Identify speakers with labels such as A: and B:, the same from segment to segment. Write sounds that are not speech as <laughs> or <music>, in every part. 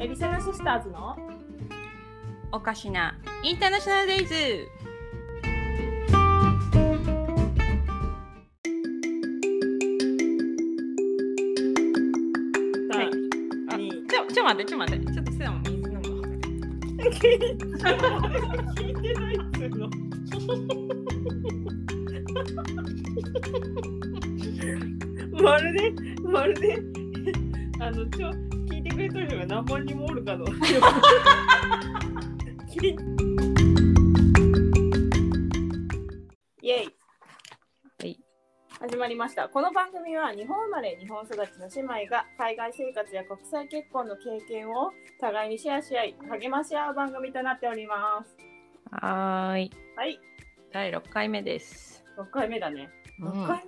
A: ターズの
B: おかしなインターナショナルデイズはいあ
A: に
B: ちょちょ待ってちょ待ってちょっとセナも水飲むわ
A: 聞いてないっつうのまるでまるであのちょ聞いてくれとる人が何万人もおるかの聞い <laughs> イエイ
B: はい
A: 始まりましたこの番組は日本生まれ日本育ちの姉妹が海外生活や国際結婚の経験を互いにシェアし合い励まし合う番組となっております
B: はーい
A: はい
B: 第6回目です、
A: 6回目だね
B: う
A: 6回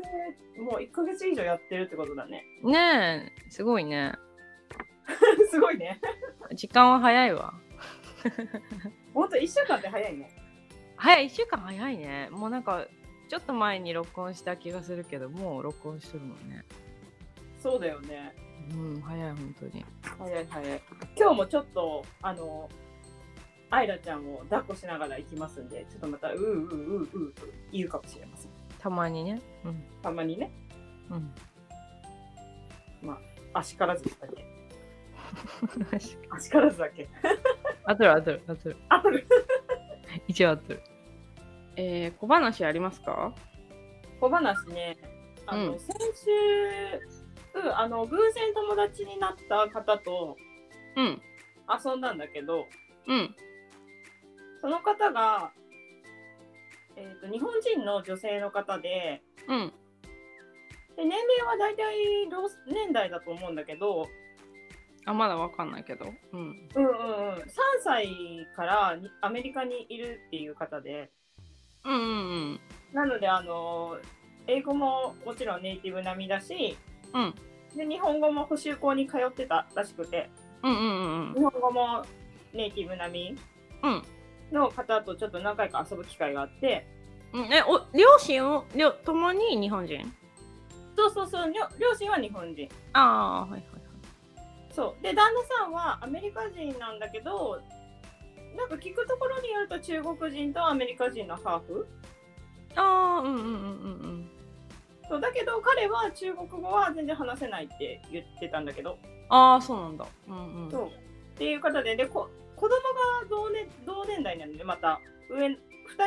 A: 目、もう1ヶ月以上やってるってことだね <laughs>
B: ん、ねえすごいね
A: すごいね
B: 時間は早いわ
A: ほんと1週間って早いね
B: 早い1週間早いねもうなんかちょっと前に録音した気がするけどもう録音してるもんね
A: そうだよね
B: うん早い本当に
A: 早い早い今日もちょっとあのアイラちゃんを抱っこしながら行きますんでちょっとまたうーうーうーうーと言うかもしれません
B: たまにねうん
A: たまにね
B: うん
A: 足からずだけ
B: 確かに
A: 足からずだけ
B: あとるあとるあとる
A: ある
B: 一応あとるえー、小話ありますか
A: 小話ねあの、
B: うん
A: 先週、うん、あの偶然友達になった方と
B: うん
A: 遊んだんだけど
B: うん
A: その方が、えー、と日本人の女性の方で
B: うん
A: で年齢は大体同年代だと思うんだけど、
B: あまだわかんないけどうん
A: うんうんうん、3歳からにアメリカにいるっていう方で
B: うんうん
A: なのであの英語ももちろんネイティブ並みだし
B: うん
A: で日本語も補習校に通ってたらしくて
B: うんうんうん
A: 日本語もネイティブ並み
B: うん
A: の方とちょっと何回か遊ぶ機会があって
B: うんうんえお両親を両ともに日本人
A: そうそうそう両両親は日本人
B: ああはいはいはい
A: そうで旦那さんはアメリカ人なんだけどなんか聞くところによると中国人とアメリカ人のハーフ
B: ああうんうんうんうんうん
A: そうだけど彼は中国語は全然話せないって言ってたんだけど、
B: ああそうなんだ。うんうん。
A: そうっていう方ででこ子供が同年同年代なのでまた上2人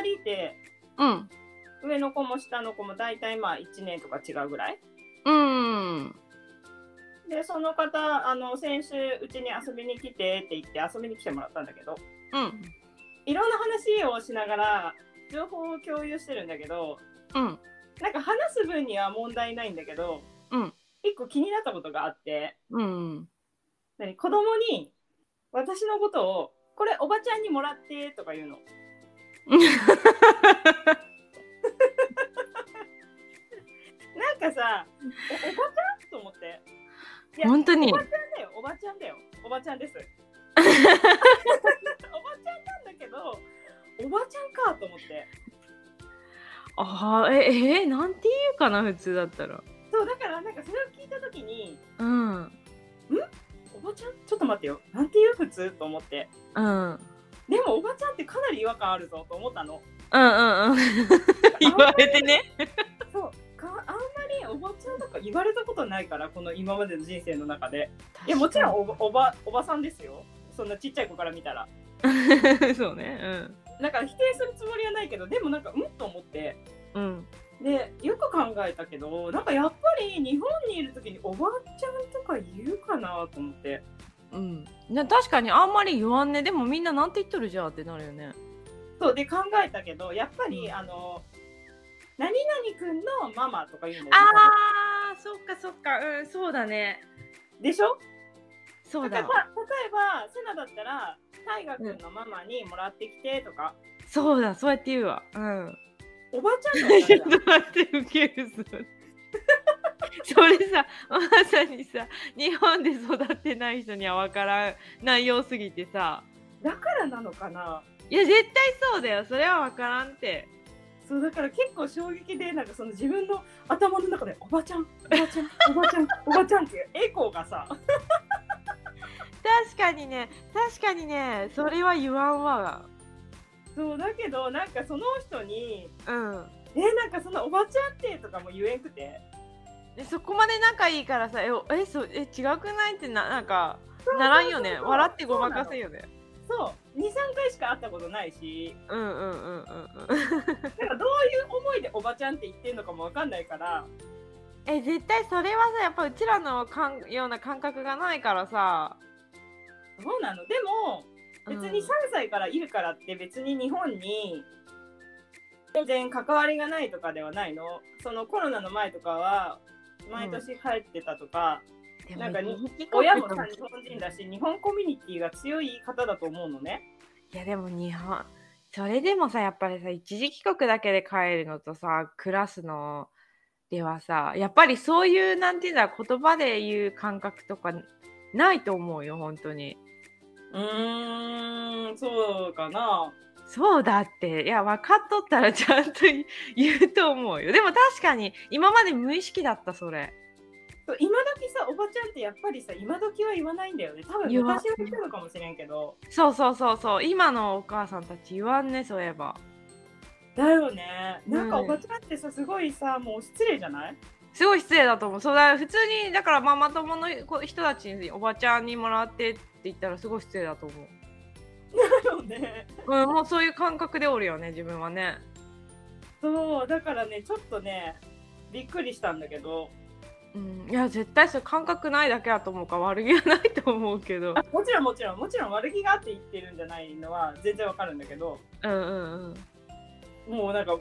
A: いて
B: うん。
A: 上の子も下の子も大体まあ1年とか違うぐらい
B: うん。
A: でその方あの先週うちに遊びに来てって言って遊びに来てもらったんだけど
B: うん。
A: いろんな話をしながら情報を共有してるんだけど
B: うん。
A: なんか話す分には問題ないんだけど、
B: うん
A: 一個気になったことがあって
B: うん。
A: 何子供に私のことを「これおばちゃんにもらって」とか言うの。なんかさおおばちゃんと思っていや
B: 本当に
A: おば。ちゃんだよおばちゃんだよおばちゃんです
B: <laughs>
A: おばちゃんなんだけどおばちゃんかと思って
B: ああ、え、えー、なんて言うかな、普通だったら。
A: そうだからなんかそれを聞いた時に
B: うん。うん。
A: 「おばちゃんちょっと待ってよなんて言う普通?」と思って
B: うん
A: でもおばちゃんってかなり違和感あるぞと思ったの
B: うんうん。 <laughs> 言われてね。
A: そうかあんまりおばちゃんとか言われたことないからこの今までの人生の中でいやもちろんおばおばおばさんですよそんなちっちゃい子から見たら
B: ん。そうね。
A: だから否定するつもりはないけどでもなんかうんと思って
B: うん。うん。
A: でよく考えたけどなんかやっぱり日本にいる時におばちゃんとか言うかなと思って
B: うん。ね、確かにあんまり言わんね。でもみんななんて言っとるじゃんってなるよね。
A: そうで考えたけどやっぱり、
B: うん
A: あの何々くんのママとか言うんだよね
B: ああ、そっかそっか。うん、そうだね。
A: でしょ
B: そ
A: だ
B: う
A: から
B: だ
A: た。例えばセナだったら大河君のママにもらってきてとか、
B: そうだ、そうやって言うわ。うん。
A: おばちゃんだっ
B: <laughs> ち
A: た
B: ょっ
A: ら
B: と待って、ウケるそれ。 <laughs> それさ、まさにさ、日本で育ってない人には分からん内容すぎてさ、
A: だからなのかない
B: や、絶対そうだよ、それは分からんって。
A: そうだから結構衝撃でなんかその自分の頭の中でおばちゃんおばちゃんおばちゃんおばちゃんっていうエコーがさ
B: 確確かにね確かにねそれは言わんわ
A: そうだけどなんかその人に
B: うん
A: 「えなんかそんなおばちゃんって」とかも言えんくて
B: でそこまで仲いいからさええそうえ違くないってななんかならんよね笑ってごまかせ
A: よ
B: よね
A: そう23回しか会ったことないし
B: うんうんうんうんうん
A: だからどういう思いでおばちゃんって言ってんのかもわかんないから
B: え絶対それはさやっぱうちらのかんような感覚がないからさ
A: そうなのでも別に3
B: さ、
A: 歳からいるからって別に日本に全然関わりがないとかではないのそのコロナの前とかは毎年帰ってたとか、
B: うん
A: なんか
B: で
A: に
B: 日記
A: 親
B: 書
A: も
B: くと
A: さ日本人だし日本コミュニティが強い方だと思うのね
B: いやでも日本それでもさやっぱりさ一時帰国だけで帰るのとさ暮らすのではさやっぱりそういうなんていうんだろう言葉で言う感覚とかないと思うよ本当に
A: うーんそうかな
B: そうだっていや分かっとったらちゃんと言言うと思うよでも確かに今まで無意識だったそれ
A: そう今時さおばちゃんってやっぱりさ今時は言わないんだよね多分
B: 言わん
A: 昔は言ってるのかもしれんけど
B: そうそうそうそう今のお母さんたち言わんねそういえば
A: だよねなんか
B: うん
A: おばちゃんってさすごいさもう失礼じゃ <laughs> ない
B: すごい失礼だと思うそうだ普通にだからママ友の子人たちにおばちゃんにもらってって言ったらすごい失礼だと思う
A: だよね
B: うん、もうそういう感覚でおるよね、自分はね。
A: そうだからねちょっとねびっくりしたんだけど
B: うん、いや、絶対それ感覚ないだけだと思うから悪気はないと思うけど。
A: もちろんもちろんもちろん悪気があって言ってるんじゃないのは全然わかるんだけど
B: うんうんうん。
A: もうなんか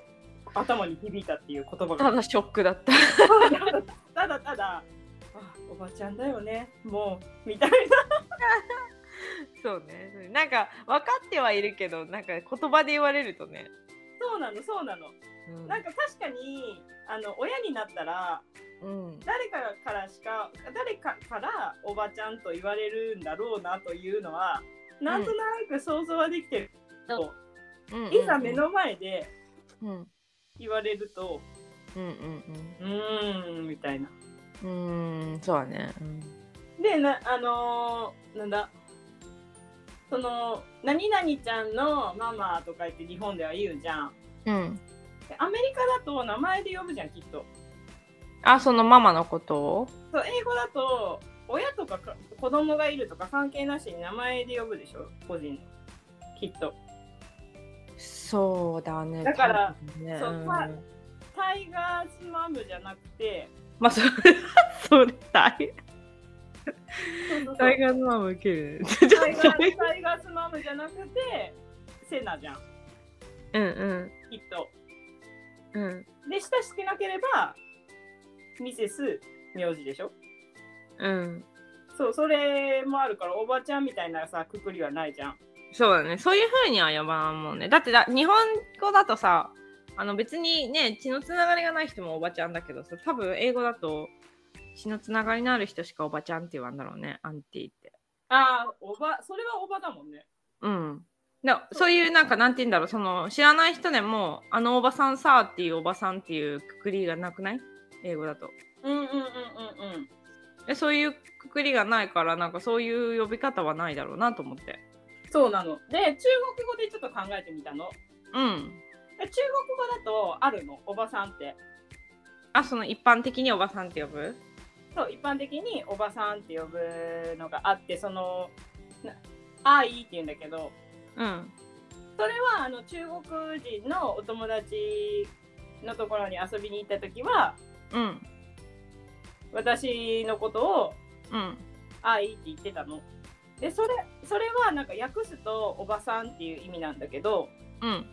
A: 頭に響いたっていう言葉
B: <laughs> た
A: が
B: だショックだった。
A: ただただあおばちゃんだよねもうみたい
B: そうね。なんか分かってはいるけど、なんか言葉で言われるとね。
A: そうなのそうなの
B: うん。
A: なんか確かにあの親になったら
B: うん、
A: 誰かからしか誰かからおばちゃんと言われるんだろうなというのはなんとなく想像はできてるけど、
B: うんうん
A: いざ目。の前で
B: うんうん
A: 言われると
B: うん
A: うーんみたいな。
B: うん。うーん、そうだね。うん
A: でなあのーなんだその何々ちゃんのママとか言って日本では言うじゃん。
B: うん。
A: でアメリカだと名前で呼ぶじゃんきっと。
B: あ、そのママのことを
A: そう英語だと親とかか子供がいるとか関係なしに名前で呼ぶでしょ個人のきっと
B: そうだね。
A: だから
B: 多分ね、
A: そう
B: うん
A: まあタイガースマムじゃなくて
B: まあ、それ、 <laughs> それ大変。
A: そうそうそう
B: タイガーママ受ける。ちょっと
A: タイガータイガースマムじゃなくてセナじゃん
B: うんうん
A: きっと
B: うん
A: で親しくなければミセス名字でしょ
B: うん。
A: そうそれもあるからおばちゃんみたいなさくくりはないじゃん
B: そうだね。そういう風には呼ばんもんね。だってだ日本語だとさ、あの別にね、血のつながりがない人もおばちゃんだけどさ、多分英語だと血のつながりのある人しかおばちゃんって言わんだろうね、アンティって。
A: ああおばそれはおばだもんね
B: うん。だそういうなんかなんて言うんだろう、その知らない人でも、あのおばさんさっていうおばさんっていうくくりがなくない英語だと。
A: うんうんうんうんうん
B: でそういうくくりがないから、なんかそういう呼び方はないだろうなと思って。
A: そうなので中国語でちょっと考えてみたの
B: うん。
A: え中国語だとあるのおばさんって
B: あ、その一般的におばさんって呼ぶ
A: そう一般的におばさんって呼ぶのがあってそのなあいいって言うんだけど
B: うん。
A: それはあの中国人のお友達のところに遊びに行った時は
B: うん
A: 私のことを
B: うん
A: あいいって言ってたのでそれそれはなんか訳すとおばさんっていう意味なんだけど
B: うん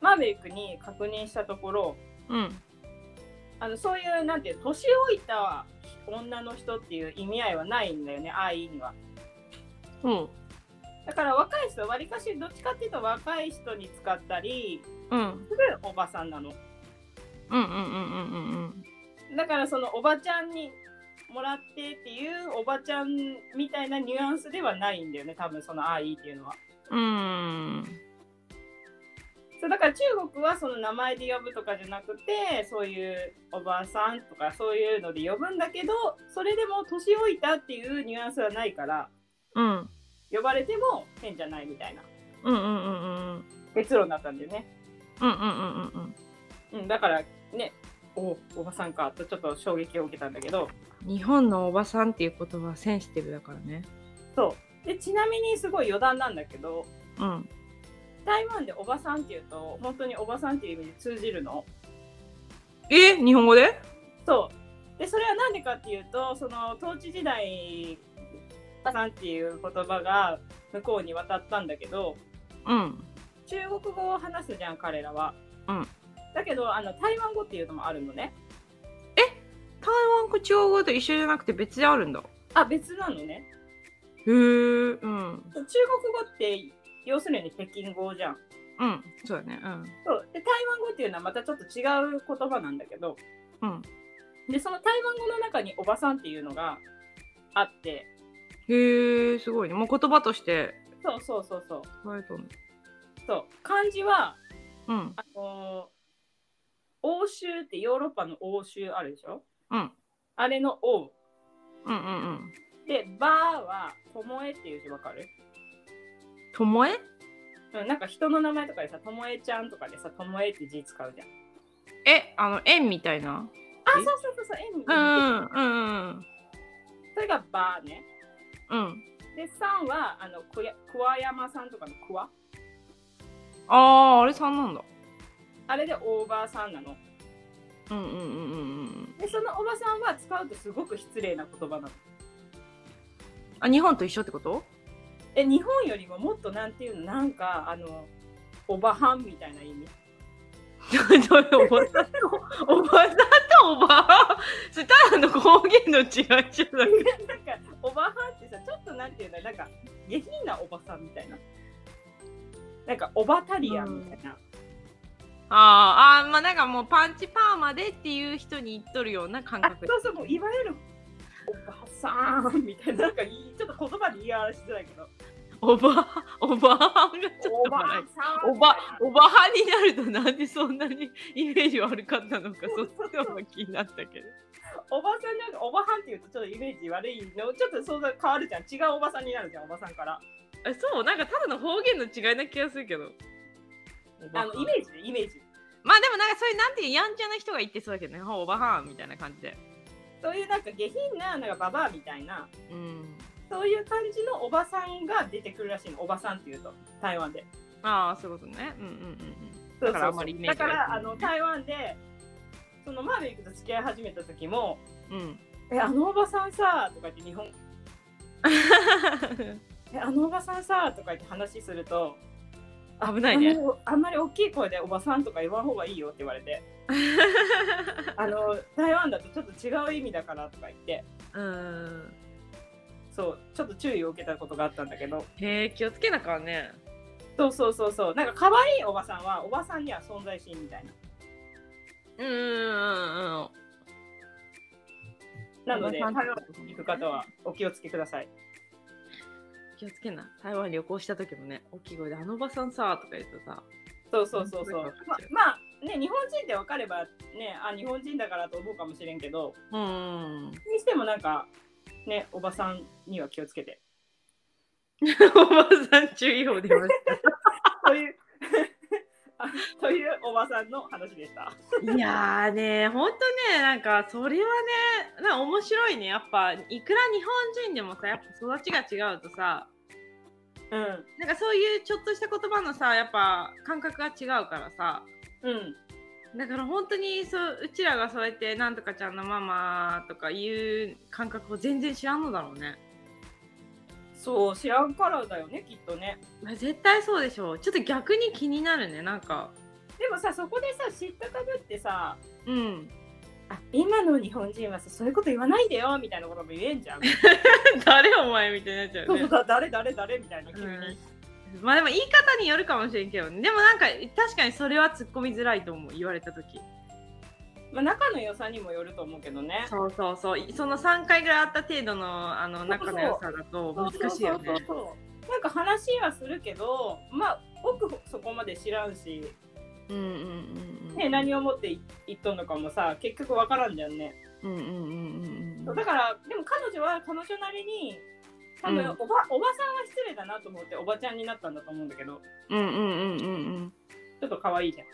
A: マーベリックに確認したところ
B: うん
A: あのそういうなんていう年老いた女の人っていう意味合いはないんだよねあいいには。
B: うん
A: だから若い人はわりかしどっちかっていうと若い人に使ったり
B: うん
A: するおばさんなの
B: うんうんうんうんうん
A: だからそのおばちゃんにもらってっていうおばちゃんみたいなニュアンスではないんだよね多分その「あいい」っていうのは
B: うん
A: そうだから中国はその名前で呼ぶとかじゃなくてそういうおばさんとかそういうので呼ぶんだけどそれでも年老いたっていうニュアンスはないから
B: うんうん
A: 呼ばれても変じゃないみたいな
B: うんうんうんうん
A: 結論だったんだよね。
B: うんうんうんうん
A: うん、だからね、おおばさんかとちょっと衝撃を受けたんだけど、
B: 日本のおばさんっていう言葉はセンシティブだからね
A: そう。で、ちなみにすごい余談なんだけど、
B: うん
A: 台湾でおばさんっていうと、本当におばさんっていう意味で通じるの。
B: え日本語で
A: そう。で、それはなんでかっていうと、その統治時代、おばさんっていう言葉が向こうに渡ったんだけど、
B: うん
A: 中国語を話すじゃん、彼らは。
B: うん
A: だけど、あの、台湾語っていうのもあるのね。
B: 台湾語中国語と一緒じゃなくて別であるんだ
A: あ、別なのね。
B: へえうん
A: 中国語って、要するに北京語じゃん。
B: うんそうだねうん
A: そうで台湾語っていうのはまたちょっと違う言葉なんだけど
B: うん
A: でその台湾語の中に「おばさん」っていうのがあって
B: へえすごいねもう言葉として
A: そうそうそうそう
B: 使えたの
A: そう漢字は
B: うん
A: あのー欧州ってヨーロッパの欧州あるでしょ
B: うん
A: あれの「欧
B: うんうんうん」
A: で「ば」は「ともえ」っていう字わかる、
B: ともえ
A: うん、なんか人の名前とかでさ「ともえちゃん」とかでさ「ともえ」って字使うじゃん
B: えあの円みたいな
A: あそ
B: え
A: うそうそうそうえに似て
B: う
A: る
B: んうんうん
A: それが「ば」ね
B: うん
A: で「さん」はあのくや桑山さんとかの「くわ
B: あああれさんなんだ」
A: あれで「オーバーさん」なの
B: うんうんうんうんうん
A: でそのおばさんは使うとすごく失礼な言葉なの。
B: あ日本と一緒ってこと
A: え日本よりももっとなんていうのなんかあのおばはんみたいな意味。
B: それ <laughs> おばさんとおばさんとおばあ <laughs> それただの方言の違いじゃな
A: な
B: い
A: んかおばはんってさちょっとなんていうのなんか下品なおばさんみたいな。なんかオバタリアンみたいな。
B: あーあーまあなんかもうパンチパーマでっていう人に言っとるような感
A: あ
B: 覚
A: そうそうもういわゆるおばさんみたいななんかいいちょっと言葉で言い表しづらいけど。
B: おばおばあんがちょっ
A: お
B: と
A: ば
B: 笑
A: さ
B: い
A: ん
B: お
A: みたい
B: ば
A: な。
B: おばはになるとなんでそんなにイメージ悪かったのかそっちの方が気になったけど
A: おばさんなんかおばはんっていうとちょっとイメージ悪いのちょっと想像変わるじゃん違うおばさんになるじゃんおばさんから。
B: あそうなんかただの方言の違いな気がするけど
A: あのイメージでイメージ。
B: まあでもなんかそういうなんていうやんちゃな人が言ってそうだけどねほうおばはんみたいな感じで
A: そういうなんか下品ななんかババアみたいな
B: うん
A: そういう感じのおばさんが出てくるらしいのおばさんっていうと台湾で
B: ああそういうことねうんうんうんうんだからあんまりイメー
A: だ
B: ジ
A: か
B: が
A: らあ
B: よ
A: の
B: く
A: 台湾でそのマーヴェリックと付き合い始めた時も
B: うん。
A: 「えあのおばさんさ」とか言って日本「えあのおばさんさ」とか言って話するとあ
B: <laughs> 危ない
A: あ
B: ね
A: んまりあんまり大きい声で「おばさん」とか言わん方がいいよって言われ
B: <laughs>
A: て「あの台湾だとちょっと違う意味だから」とか言って
B: うん。
A: そうちょっと注意を受けたことがあったんだけど
B: へえ、気をつけなきゃね。
A: そうそうそうそうなんか可愛いおばさんはおばさんには存在しんみたいな
B: うんうんうん。
A: なので、
B: おば
A: 台
B: さん
A: 湾に行く方はお気をつけください。
B: 気をつけな。台湾旅行した時もね、大きい声で、あのおばさんさ、とか言うとさ。
A: そうそうそうそう
B: うん。
A: ままあね、日本人で分かればね、あ、日本人だからと思うかもしれんけど、
B: うん。
A: にしてもなんか、ね、おばさんには気をつけて。
B: おばさん注意報出まし
A: という、 <laughs> あというおばさんの話でした。
B: た。 <laughs> いやーね、ほんとね、なんかそれはね、なんか面白いね。やっぱ、いくら日本人でもさ、やっぱ育ちが違うとさ、
A: うん。
B: なんかそういうちょっとした言葉のさ、やっぱ感覚が違うからさ。
A: うん。
B: だから本当にそううちらがそうやってなんとかちゃんのママとかいう感覚を全然知らんのだろうね。
A: そう、知らんからだよね、きっとね。
B: まあ絶対そうでしょう。ちょっと逆に気になるね。なんか、
A: でもさ、そこでさ、知ったかぶってさ、
B: うん。
A: あ今の日本人はさそういうこと言わないでよみたいなことも言えんじゃん。
B: <laughs> 誰お前みたいにな
A: <laughs>
B: っちゃ
A: そう
B: う
A: そう
B: ね。
A: だ誰誰誰みたいな急に。
B: うんまあでも言い方によるかもしれんけどね、でもなんか確かにそれは突っ込みづらいと思う。言われた時。
A: まあ、仲の良さにもよると思うけどね。
B: そうそうそう。その3回ぐらいあった程度のあの仲の良さだと難しい
A: そうそ
B: よね。
A: うそうそうなんか話はするけど、まあ、奥そこまで知らんし、
B: うんうんうんうん。
A: ね、何をもって言っとんのかもさ、結局わからんじゃんね。
B: うんうんうんうんうん。
A: だから、でも彼女は彼女なりに、多分、
B: うん
A: おばおばさんは失礼だなと思っておばちゃんになったんだと思うんだけど
B: うんうんうんうんうん。
A: ちょっと可愛いじゃん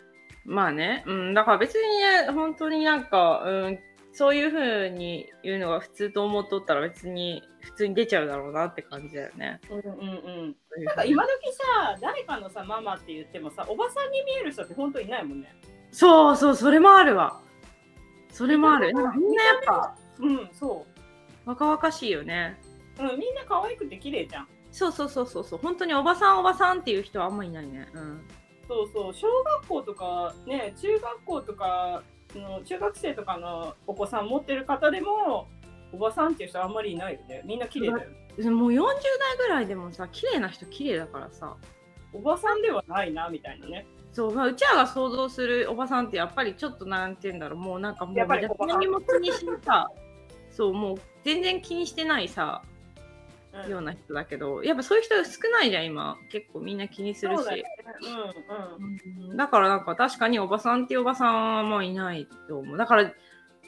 B: まあね、うん、だから別にね、本当になんか、うん、そういう風に言うのが普通と思っとったら別に普通に出ちゃうだろうなって感じだよね。
A: うんうんうん
B: そういう
A: なん
B: 風
A: か
B: に
A: 今時さ誰かのさママって言ってもさおばさんに見える人って本当いないもんね
B: そうそう、それもあるわ。それもある。なんかみんなやっぱ
A: うんそ
B: 若々しいよね。
A: う、うん、みんな可愛くて綺麗じゃん
B: そうそうそうそうそう、本当におばさんおばさんっていう人はあんまいないね。うん。
A: そうそう小学校とかね中学校とかの中学生とかのお子さん持ってる方でもおばさんっていう人あんまりいないよねみんな綺麗だよね
B: もう40代ぐらいでもさ、綺麗な人綺麗だからさ。
A: おばさんではないなみたいなね
B: そう、まあ、うちらが想像するおばさんってやっぱりちょっとなんて言うんだろうもうなんかもう
A: やっぱりおばさん
B: 何も気にしないさそうもう全然気にしてないさ
A: うん
B: ような人だけどやっぱそういう人少ないじゃん今結構みんな気にするし
A: そう
B: だ,、
A: だよねうんうん
B: だからなんか確かにおばさんっていうおばさんはもういないと思うだから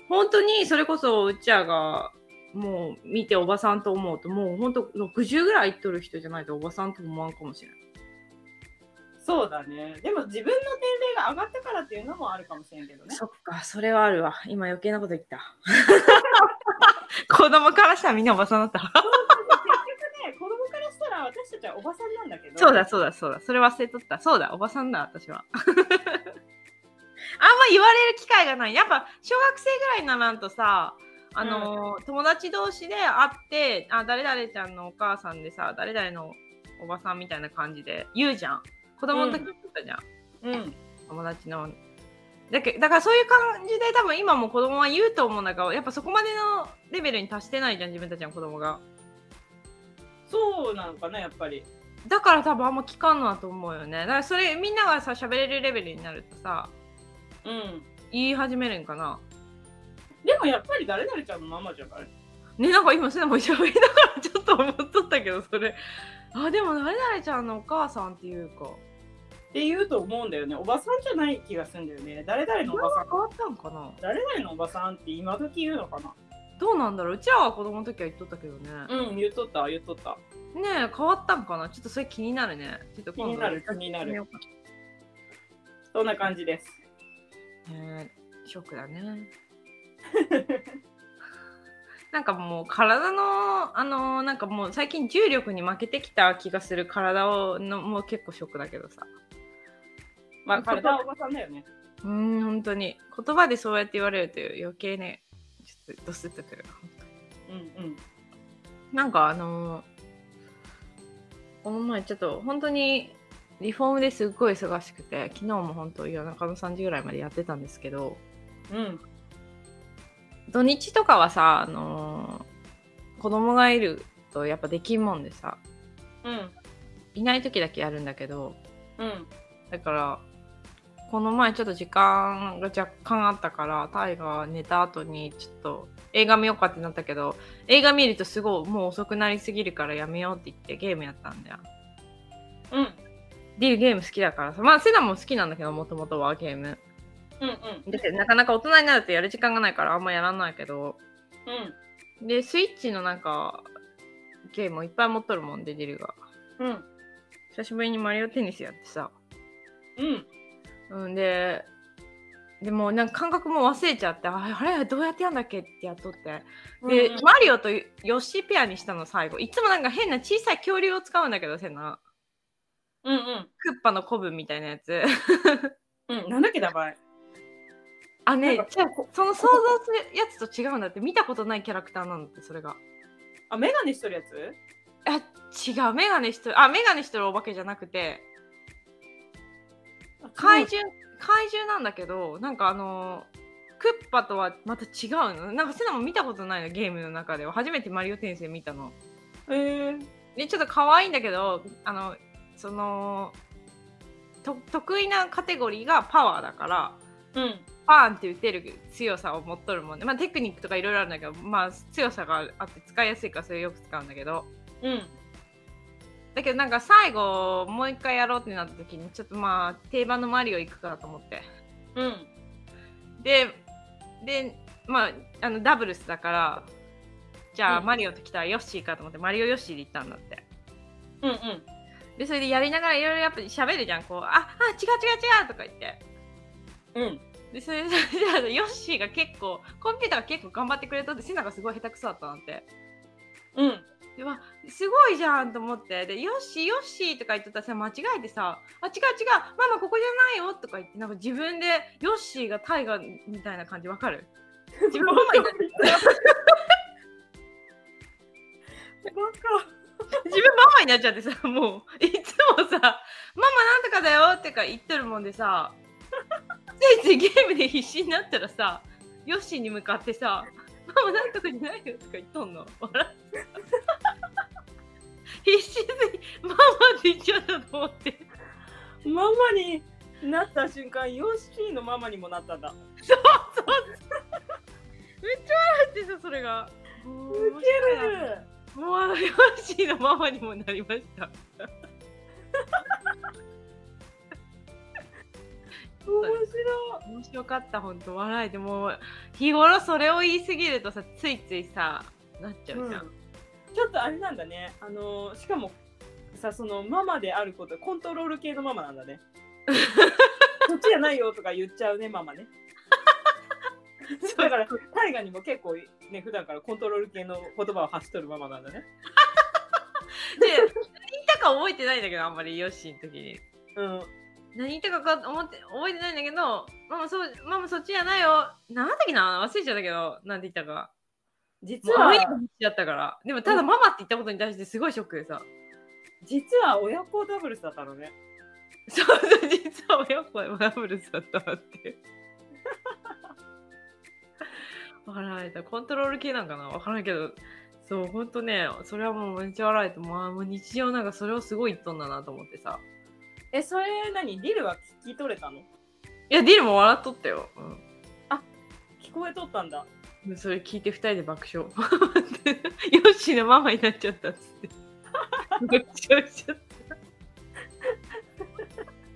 B: 本当にそれこそうちらがもう見ておばさんと思うともう本当60ぐらいいっとる人じゃないとおばさんと思わんかもしれない
A: そうだねでも自分の年齢が上がったからっていうのもあるかもしれんけどね
B: そっか、それはあるわ。今余計なこと言った。 <laughs> 子供からしたらみんなおばさんだった。
A: 結局ね子供からしたら私たちはおばさんなんだけど
B: そうだそうだそうだ。それ忘れとった。そうだ、おばさんだ、私は。あんま言われる機会がない。やっぱ小学生ぐらいにならんとさ、あのー友達同士で会って、あ、誰々ちゃんのお母さんでさ、誰々のおばさんみたいな感じで言うじゃん。子供の時言ってたじゃん。
A: うん
B: 友達のだけだからそういう感じで多分今も子供は言うと思うんだがやっぱそこまでのレベルに達してないじゃん自分たちの子供が
A: そうなのかなやっぱり
B: だから多分あんま聞かんのだと思うよねだからそれみんながさ喋れるレベルになるとさ
A: うん
B: 言い始めるんかな
A: でもやっぱり誰々ちゃんのママじゃない
B: ねなんか今すなも喋りながらちょっと思っとったけどそれあでも誰々ちゃんのお母さんっていうか
A: って言うと思うんだよねおばさんじゃない気がするんだよね誰々のおばさん
B: 変わったんかな
A: 誰々のおばさんって今時言うのか
B: どうなんだろううちらは子供の時は言っとったけどね、
A: なうん言っとった言っとった
B: ねえ変わったんかなちょっとそれ気になるねちょっと
A: 気
B: 今度
A: になる気にな
B: やってみ
A: る
B: ようか
A: そんな感じです
B: ねショックだね。なんかもう体のあのなんかもう最近重力に負けてきた気がする体をのもう結構ショックだけどさ
A: まあ体はおばさんだよね
B: うーん本当に言葉でそうやって言われると余計ねちょっとドスッとくる
A: うんうん
B: なんかあのこの前ちょっと本当にリフォームですっごい忙しくて昨日も本当夜中の3時ぐらいまでやってたんですけど、
A: うん
B: 土日とかはさ、あのー子供がいるとやっぱできんもんでさ
A: うん
B: いない時だけやるんだけど
A: うん
B: だからこの前ちょっと時間が若干あったからタイが寝た後にちょっと映画見ようかってなったけど映画見るとすごいもう遅くなりすぎるからやめようって言ってゲームやったんだよ。
A: うん
B: ディルゲーム好きだからさまあセナも好きなんだけどもともとはゲーム。
A: うん
B: だけどなかなか大人になるとやる時間がないからあんまやらないけどでスイッチのなんかゲームをいっぱい持っとるもんでディルが
A: うんうん
B: 久しぶりにマリオテニスやってさ
A: うん
B: うんででもなんか感覚も忘れちゃってああれどうやってやんだっけってやっとって
A: うん
B: で、マリオとヨッシーペアにしたの最後いつもなんか変な小さい恐竜を使うんだけどセナ
A: うんうん
B: クッパのコブみたいなやつ
A: うんなんだっけだばい
B: あ
A: な
B: ね
A: んか
B: じゃあその想像するやつと違うんだって見たことないキャラクターなんだってそれが
A: あメガネしてるやつ
B: あ違うメガネしとるあメガネしとるお化けじゃなくて怪獣怪獣なんだけどなんかあのークッパとはまた違うのなんかセナも見たことないのゲームの中では初めてマリオ転生見たの
A: へえ
B: でちょっと可愛いんだけどあのそのと得意なカテゴリーがパワーだから
A: うん
B: パーンって打てる強さを持っとるもんねまあテクニックとかいろいろあるんだけどまあ強さがあって使いやすいからそれよく使うんだけど
A: うん
B: だけどなんか最後もう一回やろうってなった時にちょっとまあ定番のマリオ行くかなと思って
A: うん
B: ででまああのダブルスだからじゃあ、
A: うん
B: マリオと来たらヨッシーかと思ってマリオヨッシーで行ったんだって
A: うんうん。
B: でそれでやりながらいろいろやっぱ喋るじゃんこう「ああ違う違う違う」とか言って
A: うん。
B: でそれでそれでヨッシーが結構コンピューターが結構頑張ってくれたってセナがすごい下手くそだったなんて
A: うん。
B: でわすごいじゃんと思ってで「よっしーよっしー」とか言ってたらさ間違えてさ「あ違う違うママここじゃないよ」とか言ってなんか自分で「よっしー」がタイガーみたいな感じわか
A: <laughs>
B: る自分ママにな
A: <laughs>
B: 自分ママになっちゃってさもういつもさ「ママなんとかだよ」ってか言ってるもんでさついついゲームで必死になったらさよっしーに向かってさ「ママなんとかじゃないよ」とか言っとんの笑って必死に「ママ」って言っちゃったと思って
A: ママになった瞬間、ヨッシーのママにもなったんだ。
B: めっちゃ笑ってさそれが。
A: ウ
B: 面
A: ケ
B: 白いな
A: る
B: もうよっしーのママにもなりました。
A: 面白
B: 面白かった本当笑えてもう日頃それを言いすぎるとさついついさなっちゃ
A: い、
B: う
A: う
B: じゃん、
A: んちょっとあれなんだね。あのーしかもさ、そのママであること、コントロール系のママなん
B: <laughs>
A: だね。そっちじゃないよとか言っちゃうね、ママ
B: <laughs>
A: ね。だから、大河にも結構ね、普段からコントロール系の言葉を発しとるママなんだね。
B: で何言ったか覚えてないんだけどあんまりよっしーの時に
A: うん。
B: 何言ったかか思って覚えてないんだけどママそうママそっちじゃないよ何だっけな忘れちゃったけど何て言ったか
A: 実
B: もうあまりに
A: は、
B: も必死だったからでもただママって言ったことに対してすごいショックでさ、
A: 実は親子ダブルスだったのね。
B: そうそう実は親子はマブルスだったわって笑えたコントロール系なんかなわからんけどそうほんとねそれはもうめっちゃ笑えてまあもう日常なんかそれをすごい言っとんだなと思ってさ
A: え、それ何リルは聞き取れたの
B: いやディルも笑っとったよ、
A: 聞こえとったんだ。
B: うん、それ聞いて2人で爆笑 <laughs> ヨッシーのママになっちゃったっつって爆笑しちゃっ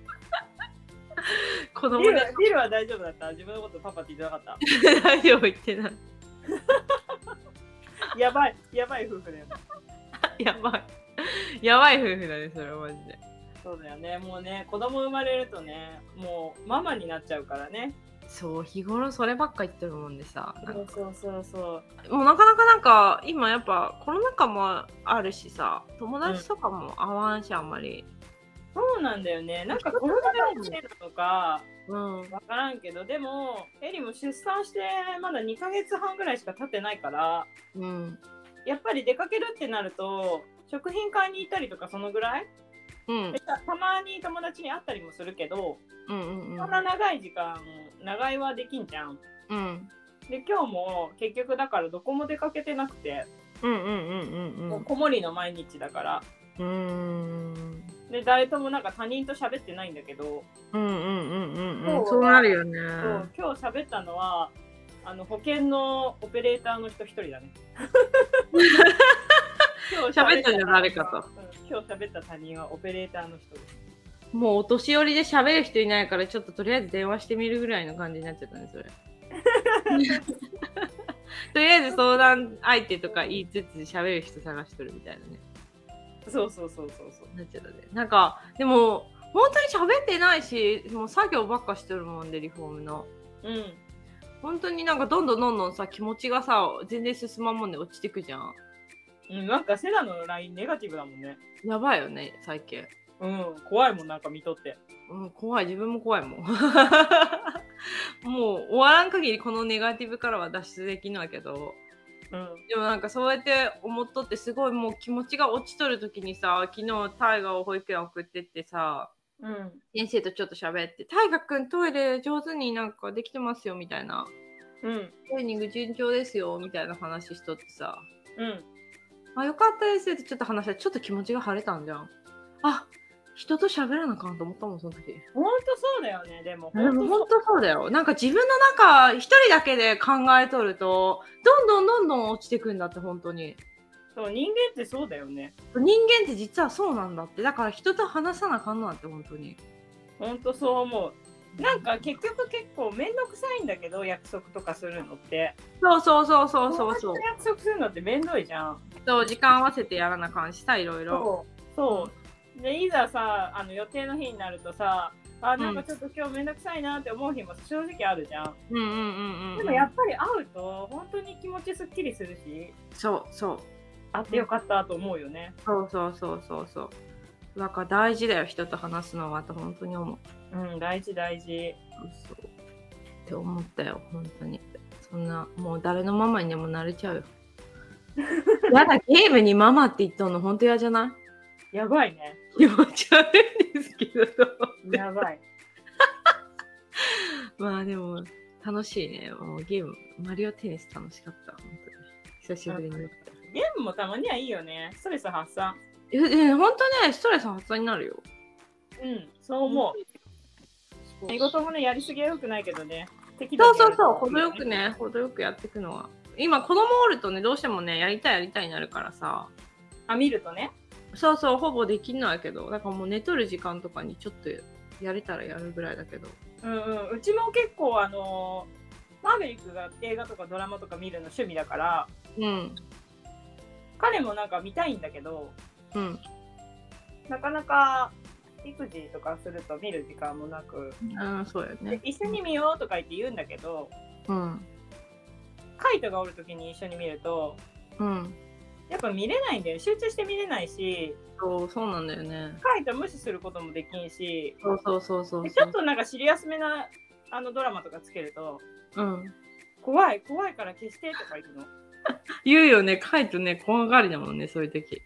B: た子供
A: リル
B: で
A: はリルは大丈夫だった自分のことパパって言ってなかっ
B: 大丈夫言ってない
A: た。やばい、やばい夫婦だよね。
B: やばい。やばい夫婦だね、それはマジで。
A: そうだよね。もうね、子供生まれるとね、もうママになっちゃうからね。
B: そう、日頃そればっか言ってるもんでさ。なん
A: そう
B: か
A: そうそうそう。
B: もうなかなかなんか、今やっぱコロナ禍もあるしさ、友達とかも会わんし、あんまり。
A: そうなんだよね。なんかコロナ禍になるのか
B: うん。
A: わからんけど、でも、エリも出産してまだ2ヶ月半ぐらいしか経ってないから、
B: うん。
A: やっぱり出かけるってなると、食品買いに行ったりとかそのぐらい
B: うん
A: で。たたまに友達に会ったりもするけど、
B: うんうんう
A: そん
B: ん。
A: な長い時間、長居はできんじゃん。
B: うん。
A: で今日も結局だからどこも出かけてなくて、
B: うんうんうんうんう
A: もうん子守の毎日だから
B: うーん
A: で誰ともなんか他人と喋ってないんだけど、
B: うんうんうんうんうん
A: そう
B: そうなるよ
A: そう
B: ね。
A: 今日喋ったのはあの保険のオペレーターの人一人
B: <laughs>
A: だね。今日
B: 喋ったのは誰かと
A: うん今日喋った他人はオペレーターの人です。
B: もうお年寄りで喋る人いないから、ちょっととりあえず電話してみるぐらいの感じになっちゃったね、
A: <laughs>
B: それ。とりあえず相談相手とか言いつつ喋る人探しとるみたいなね。
A: そうそうそうそうそう。
B: なっちゃったね。なんか、でも、本当に喋ってないし、もう作業ばっかしてるもんで、リフォームの。
A: うん、
B: 本当になんかどんどんどんどんさ、気持ちがさ、全然進まんもんで落ちてくじゃん。
A: うん、なんかセナの LINE ネガティブだもんね。
B: やばいよね、最近。
A: うん、怖いもんなんか見とって。
B: うん、怖い、自分も怖いもん。 <laughs> もう終わらん限りこのネガティブからは脱出できないけど
A: うん、
B: でもなんかそうやって思っとってすごいもう気持ちが落ちとる時にさ昨日タイガーを保育園送ってってさ
A: うん、
B: 先生とちょっと喋って「タイガーくんトイレ上手になんかできてますよ」みたいな
A: うん、
B: 「トレーニング順調ですよ」みたいな話しとってさ
A: うん。
B: 「あよかったです」ってちょっと話したらちょっと気持ちが晴れたんじゃん。あ人と喋らなあかんと思ったもんその時。
A: ほんとそうだよね、でも。
B: でも
A: ほん
B: 本
A: と
B: 当そうだよ。なんか自分の中、一人だけで考えとると、どんどんどんどん落ちてくんだって、本当に。
A: そう、人間ってそうだよね。
B: 人間って実はそうなんだって。だから人と話さなあかんのだって、本当に。
A: ほんとそう思う。なんか結局結構面倒くさいんだけど約束とかするのって
B: そうそうそうそうそうそ
A: 友
B: う
A: 達と約束するのって面倒いじゃん
B: そう時間合わせてやらなあかんしさいろいろ
A: そうそうでいざさあの予定の日になるとさあなんかちょっと今日面倒くさいなって思う日も正直あるじゃん、
B: うんうんうんうん
A: でもやっぱり会うと本当に気持ちすっきりするし
B: そうそう
A: 会ってよかったと思うよね
B: そうそうそうそうそうだから大事だよ人と話すのはと本当に思う
A: うん大事大事
B: そうって思ったよ本当にそんなもう誰のママにでもなれちゃうよやだゲームにママって言っとんの本当嫌じゃない
A: やばいね
B: 気持ち悪いですけど
A: やばい
B: まあでも楽しいねもうゲームマリオテニス楽しかった本当に久しぶりにやった
A: <laughs> ゲームもたまにはいいよねストレス発散
B: ええ本当ねストレス発散になるよ
A: うんそう思う仕事もねやりすぎはよくないけどね適
B: そ
A: 度に
B: う
A: や
B: そ
A: る
B: うそう
A: といい
B: 程よくね程よくやっていくのは今子供おるとねどうしてもねやりたいやりたいになるからさ
A: あ見るとね
B: そうそうほぼできんのやけどだからもう寝とる時間とかにちょっとやれたらやるぐらいだけど
A: うんうん、うちも結構あのーマーヴェリックが映画とかドラマとか見るの趣味だから
B: うん
A: 彼もなんか見たいんだけど
B: うん
A: なかなか育児とかすると見る時間もなく
B: うんそうよ
A: で
B: ね
A: 一緒に見ようとか言って言うんだけど
B: うん
A: カイトがおる時に一緒に見ると
B: うん
A: やっぱ見れないんだよ集中して見れないし
B: そうそうなんだよね
A: カイト無視することもできんし
B: そうそうそうそう
A: でち
B: そ
A: ょ
B: う
A: っとなんかシリアスめなあのドラマとかつけると
B: うん
A: 怖い怖いから消してとか言うの
B: 言うよねカイトね怖がりだもんねそういう時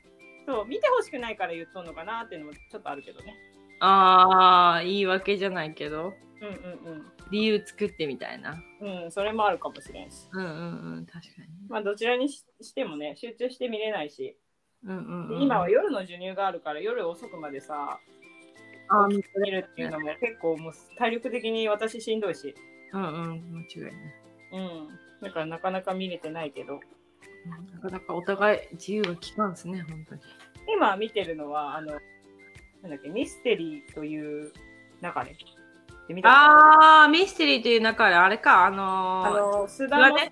A: そう見てほしくないから言っとんのかなっていうのもちょっとあるけどね
B: ああ言い訳じゃないけど
A: うんうんうん
B: 理由作ってみたいな
A: うん、それもあるかもしれんし。
B: うんうんうん確かに
A: まあ、どちらにししてもね、集中して見れないし、
B: うんうん
A: で
B: うん、
A: 今は夜の授乳があるから、夜遅くまでさ、
B: あー
A: 見るっていうのも結構もう体力的に私しんどいし、
B: うんうん間違いない
A: うん、だからなかなか見れてないけど、
B: なかなかお互い自由が利かんですね本当に
A: 今見てるのは、あの、なんだっけ、ミステリーという中で、で見たことある
B: あーミステリーという中であれかあの
A: あ
B: ー
A: の、須田
B: ね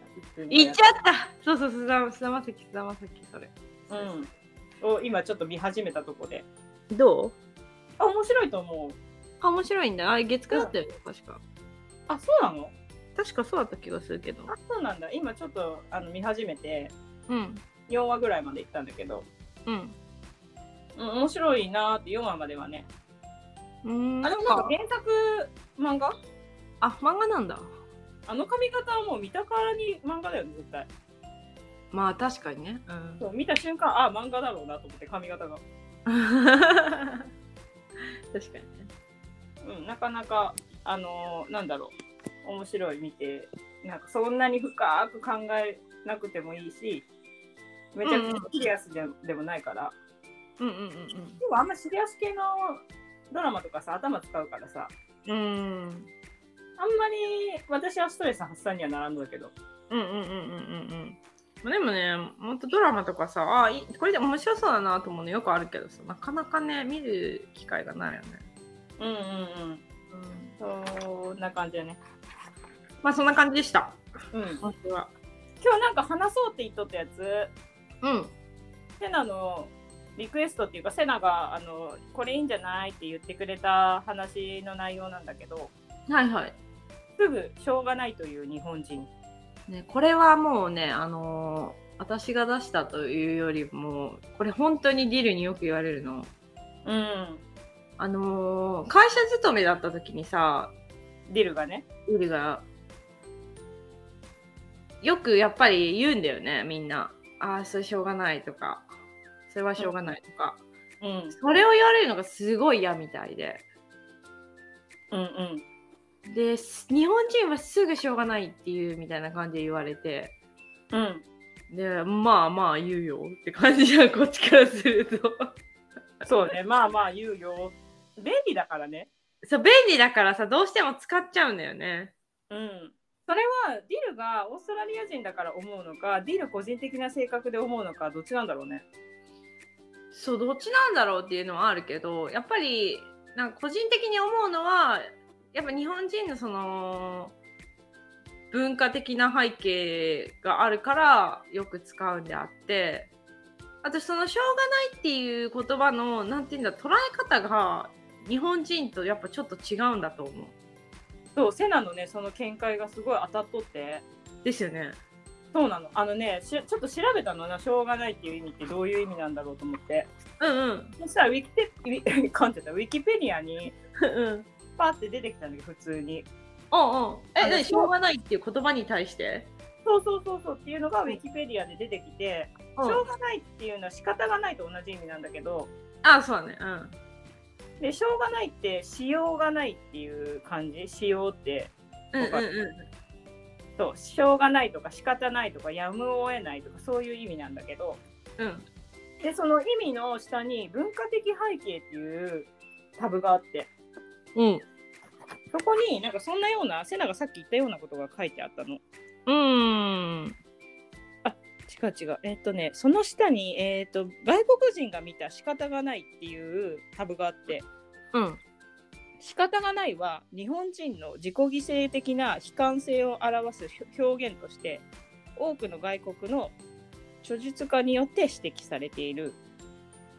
B: 言っちゃったそうそう須田須田まさき須田まさきそれ
A: ゃうん。を今ちょっと見始めたとこで、
B: どう
A: あ、面白いと思う。
B: あ面白いんだあれ月9だったよ、ね確か
A: あ、そうなの
B: 確かそうだった気がするけど
A: あ、そうなんだ。今ちょっとあの見始めて、
B: うん
A: 4話ぐらいまで行ったんだけど、
B: うん
A: うん、面白いなーって4話まではね
B: うーん
A: あでもなんか原作漫画
B: あ漫画なんだ
A: あの髪型はもう見たからに漫画だよね絶対
B: まあ確かにねうん
A: そう見た瞬間あ漫画だろうなと思って髪型が、
B: <laughs> 確かにね
A: うん、なかなかあのーなんだろう面白い見てなんかそんなに深く考えなくてもいいしめちゃくちゃシリアスで,、でもないから
B: うんうんうん
A: でもあんまシリアス系のドラマとかさ頭使うからさ
B: うんうん
A: あんまり私はストレス発散にはならんのだけど
B: うんうんうんうんうんうんでもねもっとドラマとかさあいこれで面白そうだなと思うのよくあるけどさなかなかね見る機会がないよね、
A: うんうんうんそんな感じだね。
B: まあそんな感じでした
A: うん、今
B: 本当は
A: 日なんか話そうって言っとったやつ、
B: うん
A: セナのリクエストっていうか、セナがあのこれいいんじゃないって言ってくれた話の内容なんだけど、
B: はいはい、
A: すぐしょうがないという日本人。
B: ね、これはもうねあのー私が出したというよりもこれ本当にディルによく言われるの
A: うん、
B: あのー会社勤めだった時にさ
A: ディルがね。
B: ディルがよくやっぱり言うんだよねみんなああそれしょうがないとかそれはしょうがないとか、
A: うん、
B: それを言われるのがすごい嫌みたいで
A: うん、うん。
B: で日本人はすぐしょうがないっていうみたいな感じで言われて
A: うん、
B: でまあまあ言うよって感じじゃんこっちからすると
A: そうね、まあまあ言うよ。便利だからね。
B: そう便利だからさどうしても使っちゃうんだよね
A: うん。それはディルがオーストラリア人だから思うのか、ディル個人的な性格で思うのか、どっちなんだろうね。
B: そうどっちなんだろうっていうのはあるけどやっぱりなんか個人的に思うのはやっぱ日本人のその文化的な背景があるからよく使うんであってあとその「しょうがない」っていう言葉のなんていうんだ捉え方が日本人とやっぱちょっと違うんだと思う。
A: そうセナのねその見解がすごい当たっとって
B: ですよね。
A: そうなのあのねしちょっと調べたのなしょうがないっていう意味ってどういう意味なんだろうと思って
B: うんうん。 <laughs>
A: そしたらウィキペウィ噛んじゃったウィキペディアに
B: うん
A: パーって出てきたんだけど普通に
B: おうおうえ
A: あの
B: 何しょうがないっていう言葉に対して
A: そうそうそうそうっていうのがウィキペディアで出てきて、
B: うん
A: しょうがないっていうのは仕方がないと同じ意味なんだけど
B: あそうだねうん
A: でしょうがないってしようがないっていう感じしようって
B: うんうんうん
A: そうしょうがないとか仕方ないとかやむを得ないとかそういう意味なんだけど
B: うん
A: でその意味の下に文化的背景っていうタブがあって
B: うん
A: そこになんかそんなようなセナがさっき言ったようなことが書いてあったの。
B: うん
A: 違う違う。えっとねその下に、えっと外国人が見た仕方がないっていうタブがあって
B: うん
A: 仕方がないは日本人の自己犠牲的な悲観性を表す表現として多くの外国の著述家によって指摘されている。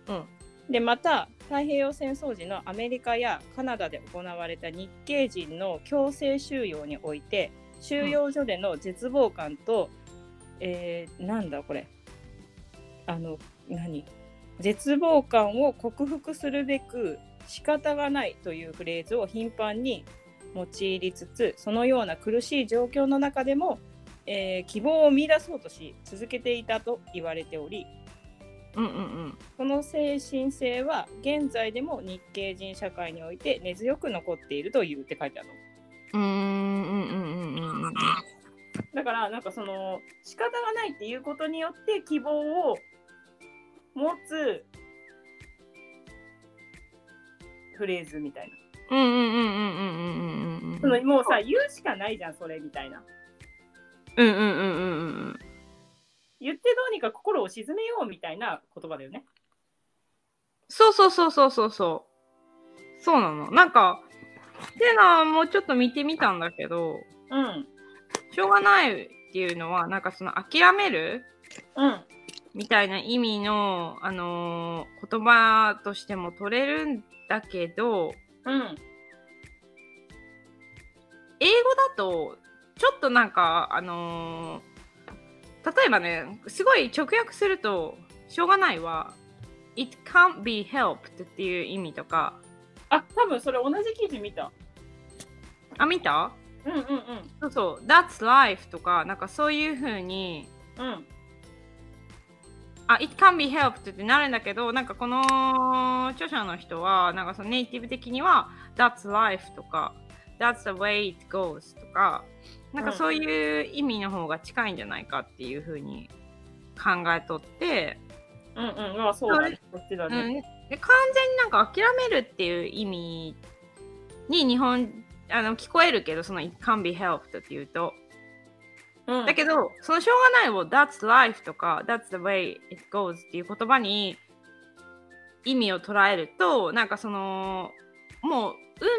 B: うん
A: でまた太平洋戦争時のアメリカやカナダで行われた日系人の強制収容において収容所での絶望感と、えーなんだこれあの何絶望感を克服するべく仕方がないというフレーズを頻繁に用いりつつそのような苦しい状況の中でも、えー希望を見出そうとし続けていたと言われており
B: うんうん
A: その精神性は現在でも日系人社会において根強く残っているというって書いてあるの。
B: うんうんうんうんうんうん
A: だからなんかその仕方がないっていうことによって希望を持つフレーズみたいな。
B: うんうんうんうんうんうんうんうん
A: そのもうさ言うしかないじゃんそれみたいな。
B: うんうんうんうんうん
A: 言ってどうにか心を鎮めようみたいな言葉だよね。
B: そうそうそうそうそうそうそうなのなんかてなもうちょっと見てみたんだけど
A: うん。
B: しょうがないっていうのはなんかその諦める
A: うん。
B: みたいな意味の、あのー言葉としても取れるんだけど
A: うん。
B: 英語だとちょっとなんか、あのー例えばねすごい直訳すると「しょうがない」は「it can't be helped」っていう意味とか
A: あ多分それ同じ記事見た。
B: あ見た
A: うんうんうん。
B: そうそう「that's life」とかなんかそういう風に
A: うん。
B: あ、it can be helped ってなるんだけど、なんかこの著者の人は、なんかそのネイティブ的には、that's life とか、that's the way it goes とか、なんか
A: うん
B: そういう意味の方が近いんじゃないかっていう風に考えとって、
A: うんうん。まあそうだね。こっちだ
B: うん、
A: ね。
B: で完全になんか諦めるっていう意味に日本、あの聞こえるけど、その it can be helped っていうと、
A: うん。
B: だけど、そのしょうがないを That's life とか That's the way it goes っていう言葉に意味を捉えると、なんかその、もう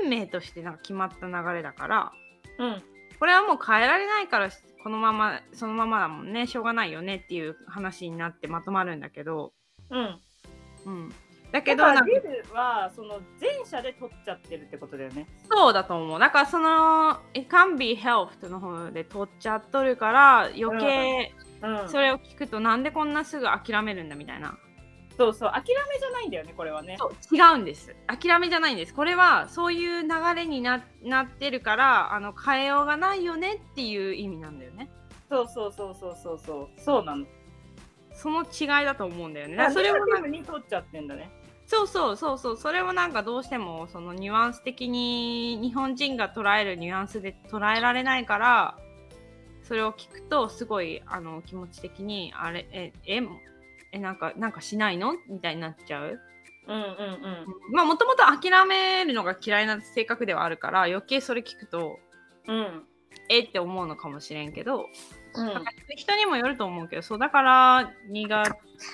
B: 運命としてなんか決まった流れだから、
A: うん。
B: これはもう変えられないから、このまま、そのままだもんね、しょうがないよねっていう話になってまとまるんだけど、
A: うん。
B: うん。だけ
A: け
B: ど、
A: ど、
B: な
A: リ
B: んか
A: ルはその前者で取っちゃってるってことだよね。
B: そうだと思う。だからその、It can be helped の方で取っちゃっとるから、余計
A: うん。
B: それを聞くと、なんでこんなすぐ諦めるんだみたいな。
A: そうそう。諦めじゃないんだよね、これはね。
B: そう違うんです諦めじゃないんですこれはそういう流れにななってるからあの変えようがないよねっていう意味なんだよね
A: そうそうそうそうそうそう。そうなの。
B: その違いだと思うんだよねだ
A: あ
B: からそれを
A: ネガ
B: なん
A: ティブ
B: か
A: に取っちゃってんだね。
B: そうそうそうそうそれをなんかどうしてもそのニュアンス的に日本人が捉えるニュアンスで捉えられないからそれを聞くとすごいあの気持ち的にあれえええなんかなんかしないのみたいになっちゃう
A: うんうんうん。
B: まあもともと諦めるのが嫌いな性格ではあるから余計それ聞くと
A: うん。
B: えって思うのかもしれんけど、
A: うん、
B: 人にもよると思うけどそうだから苦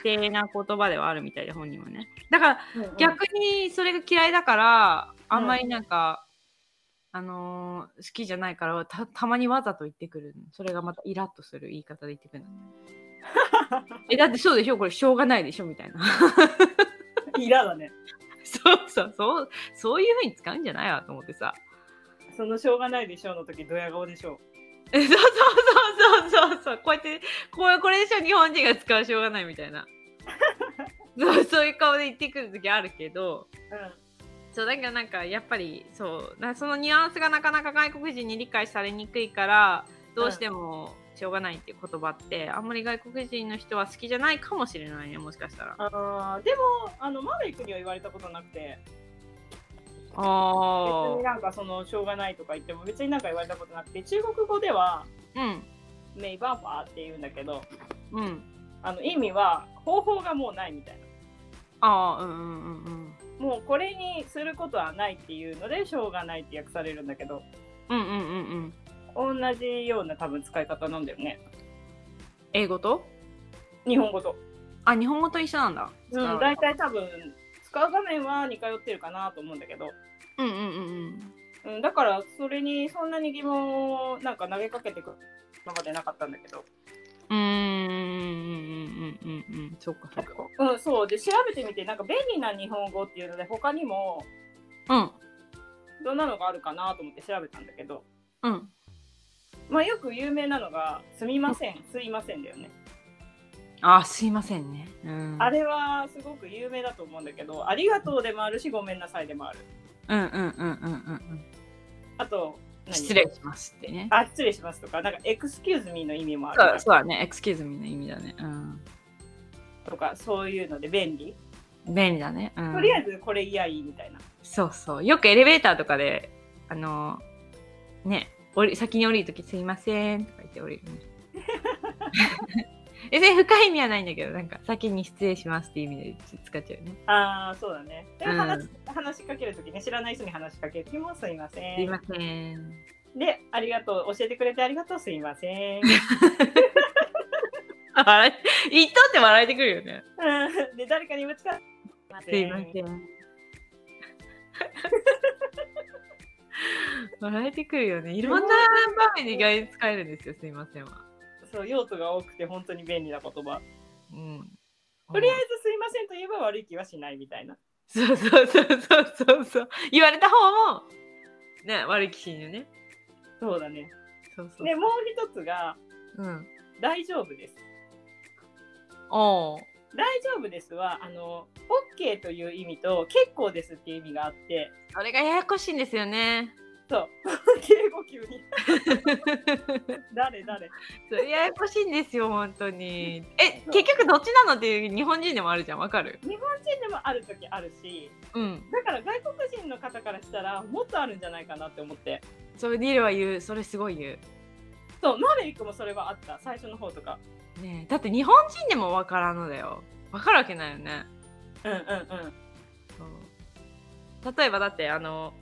B: 手な言葉ではあるみたいで本人はねだから
A: うん
B: 逆にそれが嫌いだから、あんまりなんか、あのー好きじゃないからたたまにわざと言ってくるのそれがまたイラッとする言い方で言っ
A: <laughs>
B: てくるのえだってそうでしょこれしょうがないでしょみたいな <laughs>
A: イラだね。
B: そうそうそうそういうふうに使うんじゃないわと思ってさ
A: そのしょうがないでしょうの時ドヤ顔でしょ
B: え <laughs> そうそうそうそうそうそうこうやってこうこれでしょ日本人が使うしょうがないみたいな
A: <laughs>
B: そうそういう顔で言ってくる時あるけど
A: う。
B: そうだけどなんかやっぱりそうなそのニュアンスがなかなか外国人に理解されにくいからどうしてもしょうがないっていう言葉って、あんまり外国人の人は好きじゃないかもしれないねもしかしたらあ
A: あーでもあのマメイクには言われたことなくて別
B: あ
A: になんかそのしょうがないとか言っても別になんか言われたことなくて中国語では
B: うん
A: メイバーバーって言うんだけど
B: うん
A: あの意味は方法がもうないみたいな
B: ああうんうんうんうん
A: もうこれにすることはないっていうのでしょうがないって訳されるんだけど
B: うんうんうんうん
A: 同じような多分使い方なんだよね
B: 英語と
A: 日本語と、
B: あ日本語と一緒なんだ
A: うん、
B: 使う
A: 大体多分使う場面は似通ってるかなと思うんだけど、
B: うんうんうん
A: うん、だからそれにそんなに疑問をなんか投げかけてくるのまでなかったんだけど
B: うんうーんうんうんうんうんうんそっかそっか
A: うん、そうで調べてみてなんか便利な日本語っていうので他にも
B: うん
A: どんなのがあるかなと思って調べたんだけど、
B: うん
A: まあ、よく有名なのが「すみません」「すいません」だよね。
B: あすいませんねうん
A: あれはすごく有名だと思うんだけど「ありがとう」でもあるし「ごめんなさい」でもある。
B: うんうんうんうんうんうん
A: あと何
B: 失礼しますってね。
A: あ失礼しますとかなんか「エクスキューズミー」の意味もあ
B: そう
A: る
B: そうだね、excuse me の意味だね。うん。
A: とかそういうので便利。
B: 便利だね。うん、
A: とりあえずこれ嫌いいみたいな。
B: そうそう。よくエレベーターとかで、あの、ね、降り先に降りるときすいませんとか言って降りるね。別に深い意味はないんだけど、なんか先に失礼しますっていう意味で使っちゃうよね。
A: ああそうだね。で
B: うん
A: 話,、話しかけるときね知らない人に話しかける時も「すいません」
B: すいません。
A: で、ありがとう、教えてくれてありがとう、すいません。
B: あ笑い言っとって笑えてくるよね。
A: うんで、誰かにぶつかって、
B: すいません。 <laughs> 笑えてくるよね。いろんな場面で意外に使えるんですよ、すいませんは。
A: そう、用途が多くて、本当に便利な言葉。
B: うん。
A: とりあえず、すいませんと言えば悪い気はしないみたいな。
B: ず。そうそうそうそうそうそう。言われた方も、ね、悪い気しんよね。
A: そうだね。
B: そうそう。
A: で、もう一つが、
B: うん。
A: 大丈夫です。
B: おう
A: 大丈夫ですは、あの、OK という意味と、結構ですっていう意味があって、
B: それがややこしいんですよ <laughs> ね。
A: そう、敬語級に、誰誰
B: それややこしいんですよ、本当に。え、結局どっちなのっていう日本人でもあるじゃん、わかる
A: 日本人でもある時あるし、
B: うん。
A: だから外国人の方からしたら、もっとあるんじゃないかなって思って。
B: それディルは言う、それすごい言う。
A: そう、マーベリックもそれはあった、最初の方とか。
B: ねえだって日本人でもわからんのだよわかるわけないよね
A: うんうんうん。
B: そう例えばだってあの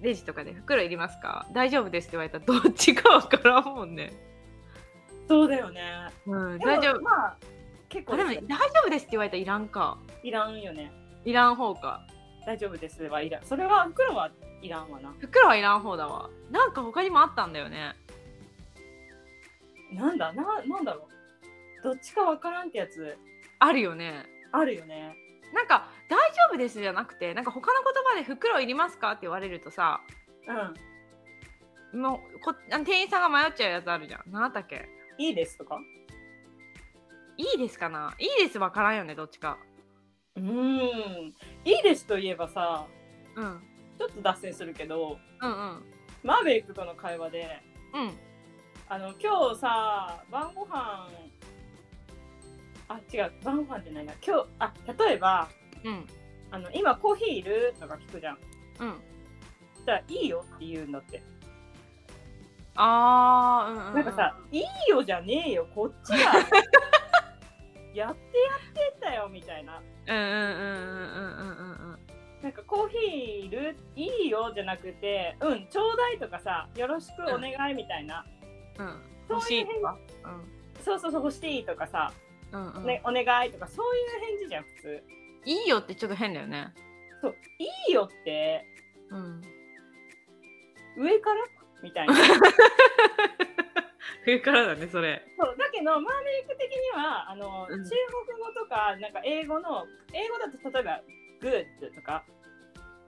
B: レジとかで「袋いりますか大丈夫です」って言われたらどっちかわからんもんね
A: そうだよね。
B: うん
A: でも
B: 大丈夫
A: まあ、結構
B: あでも
A: です
B: 大
A: よ
B: 丈夫ですって言われたらいらんか
A: いらんよね。
B: いらん方か
A: 大丈夫ですはいらん。それは、黒はいらんわな。
B: 袋はいらん方だわなんか他にもあったんだよね
A: なんだな、なんだろう。どっちかわからんってやつ、
B: あるよね
A: あるよね。
B: なんか「大丈夫です」じゃなくてなんか他の言葉で「袋いりますか?」って言われるとさ
A: うん。
B: もうこあの店員さんが迷っちゃうやつあるじゃん何だったっけ
A: いいですとか
B: いいですかないいですわからんよねどっちか
A: うーん。いいですといえばさ、
B: うんうん
A: ちょっと脱線するけど、
B: うん
A: マーベリックとの会話で、
B: うん
A: あの今日さ晩ご飯あ違う晩ご飯じゃないな今日あ例えば
B: うん
A: あの今コーヒーいるとか聞くじゃん
B: うん
A: そしたらいいよって言うんだって
B: あーうんうんうん
A: なんかさ、いいよじゃねえよこっちや
B: <laughs>
A: やってやってんだよみたいな
B: うんうんうんうんうんうんうん
A: なんかコーヒーいるいいよじゃなくてうんちょうだいとかさよろしくお願いみたいな、
B: うん
A: そういう
B: 欲しいとか
A: そうそうそう欲しいとかさ、
B: うんうんうん
A: ね、お願いとかそういう返事じゃん普通
B: いいよってちょっと変だよね <laughs>
A: そういいよって
B: うん
A: 上からみ
B: <laughs>
A: たいな
B: 冬からだねそれ
A: そうだけどマーメイク的にはあの、
B: うん
A: 中国語とかなんか英語の英語だと例えば「グッド」とか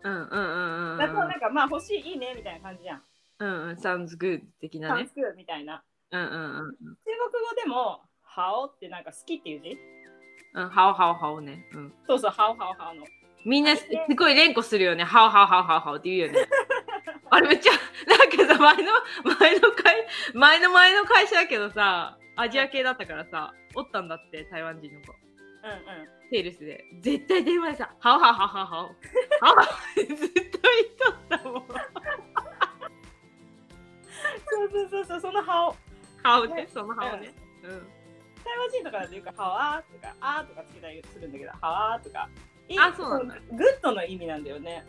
B: うんうんうんうん
A: だとなんかまあ欲しいいいねみたいな感じじゃん
B: うんうん sounds good
A: 「
B: 的な
A: サ
B: ね
A: ンスク」みたいな
B: うんうんうん
A: 中国語でも「ハオ」ってなんか好きっていう字
B: うんハオハオハオねうん
A: そうそう「ハオハオハオ」の
B: みんな
A: あ
B: す
A: れね
B: すごい連呼するよね。ハオハオハオハオハオって言うよね。あれめっちゃ、なんかさ、前の、前の会、前の前の会社だけどさ、アジア系だったからさ、おったんだって、台湾人の子。
A: うんうん
B: セールスで。絶対電話でさ、ハオハオハオハオハオ。ハオハオってずっと言っとったもん。
A: そうそうそうそうその「ハオ」
B: ハオね、そのハオね。うん。
A: 台湾人とかだと言うか、ハワーとか、あーとかつけたりするんだけど、ハワーとか。いい
B: あそうなんだ
A: そのグッドの意味なんだよね。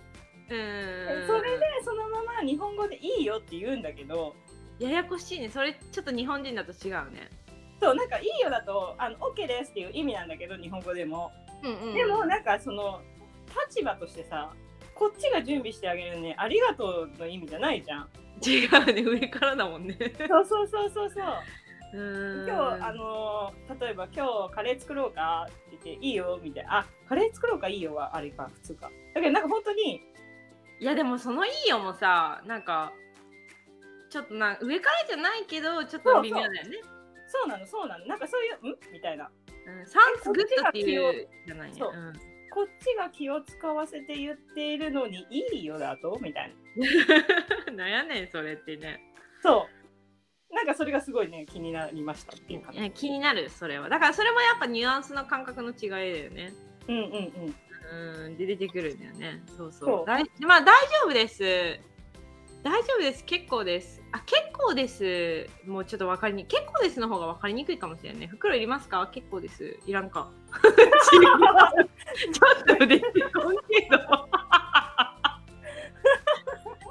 B: うーん。
A: それで、そのまま日本語でいいよって言うんだけど、
B: ややこしいね。それ、ちょっと日本人だと違うね。
A: そう、なんかいいよだと、あの、OK ですっていう意味なんだけど、日本語でも。
B: うんうん
A: でも、なんかその、立場としてさ、こっちが準備してあげるね、ありがとうの意味じゃないじゃん。
B: 違うね。上からだもんね。
A: そうそうそうそうそう。
B: うーん。
A: 今日、あのー例えば今日カレー作ろうかって言って、いいよ、みたいな。あ、カレー作ろうか、いいよは、あれか、普通か。だけど、なんか本当に、
B: いやでもその「いいよ」もさなんかちょっとな上からじゃないけどちょっと微妙だよね。
A: そうなのそうなのなんかそういう「ん?」みたいな
B: うんサンスグッドっていうじゃないね。
A: そうこっちが気を使わせて言っているのにいいよだとみたいな
B: うん、 <laughs> なんやねんそれってね。
A: そうなんかそれがすごいね気になりましたっていうか
B: いや気になるそれは。だからそれもやっぱニュアンスの感覚の違いだよね。
A: うんうんうん <laughs>
B: うんで出てくるんだよね。そうそう。
A: そう
B: だいまあ大丈夫です。大丈夫です。結構です。あ結構です。もうちょっとわかりに結構ですの方がわかりにくいかもしれないね。袋いりますか？結構です。いらんか。ちょっと出てこんけど。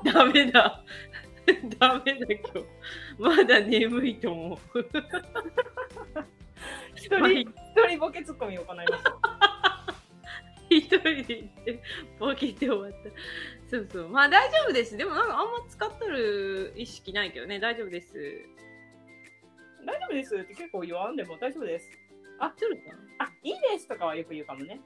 B: ダメだ。ダメだ今日。まだ眠いと思う。
A: 一
B: まあ
A: 人一人ボケツッコミを行いました
B: 一人で行ってボケて終わったそうそうまあ大丈夫ですでもなんかあんま使っとる意識ないけどね大丈夫です
A: 大丈夫ですって結構言わんでも大丈夫です
B: あとるか
A: あいいですとかはよく言うかもね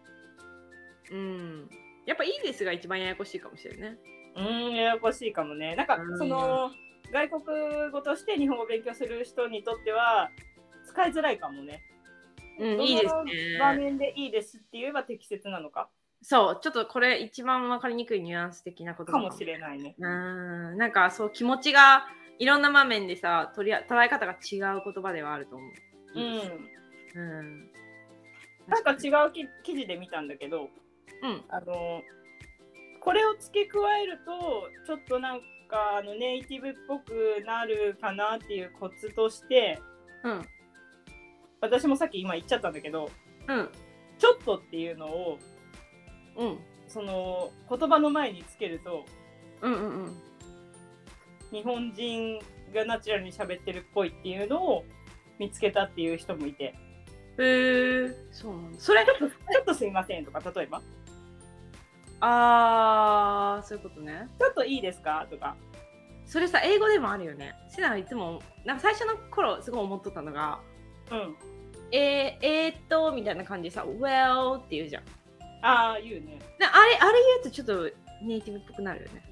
B: うんやっぱいいですが一番ややこしいかもしれないね
A: うーんややこしいかもねなんか
B: うん
A: その外国語として日本語を勉強する人にとっては使いづらいかもね
B: う
A: ど
B: ん
A: の
B: いいです
A: 場
B: ね
A: 面でいいですって言えば適切なのか
B: そうちょっとこれ一番わかりにくいニュアンス的なこと
A: かもし
B: れ
A: れないね
B: うんなんかそう気持ちがいろんな場面でさ取りあ捉え方が違う言葉ではあると思う
A: うん、
B: うん
A: なんか違うき記事で見たんだけど
B: うん
A: あのこれを付け加えるとちょっとなんかあのネイティブっぽくなるかなっていうコツとして
B: うん
A: 私もさっき今言っちゃったんだけど
B: うん
A: 「ちょっと」っていうのを
B: うん
A: その言葉の前につけると
B: うんうんうん
A: 日本人がナチュラルに喋ってるっぽいっていうのを見つけたっていう人もいて
B: へえそうなんだそれ
A: 「ちょっとちょっとすいません」とか例えば
B: あーそういうことね
A: 「ちょっといいですか?」とか
B: それさ英語でもあるよねセナがいつもなんか最初の頃すごい思っとったのが
A: 「うん
B: えー、えー、っとみたいな感じでさ「well」って言うじゃん
A: ああ言うね
B: なあれあれ言うとちょっとネイティブっぽくなるよね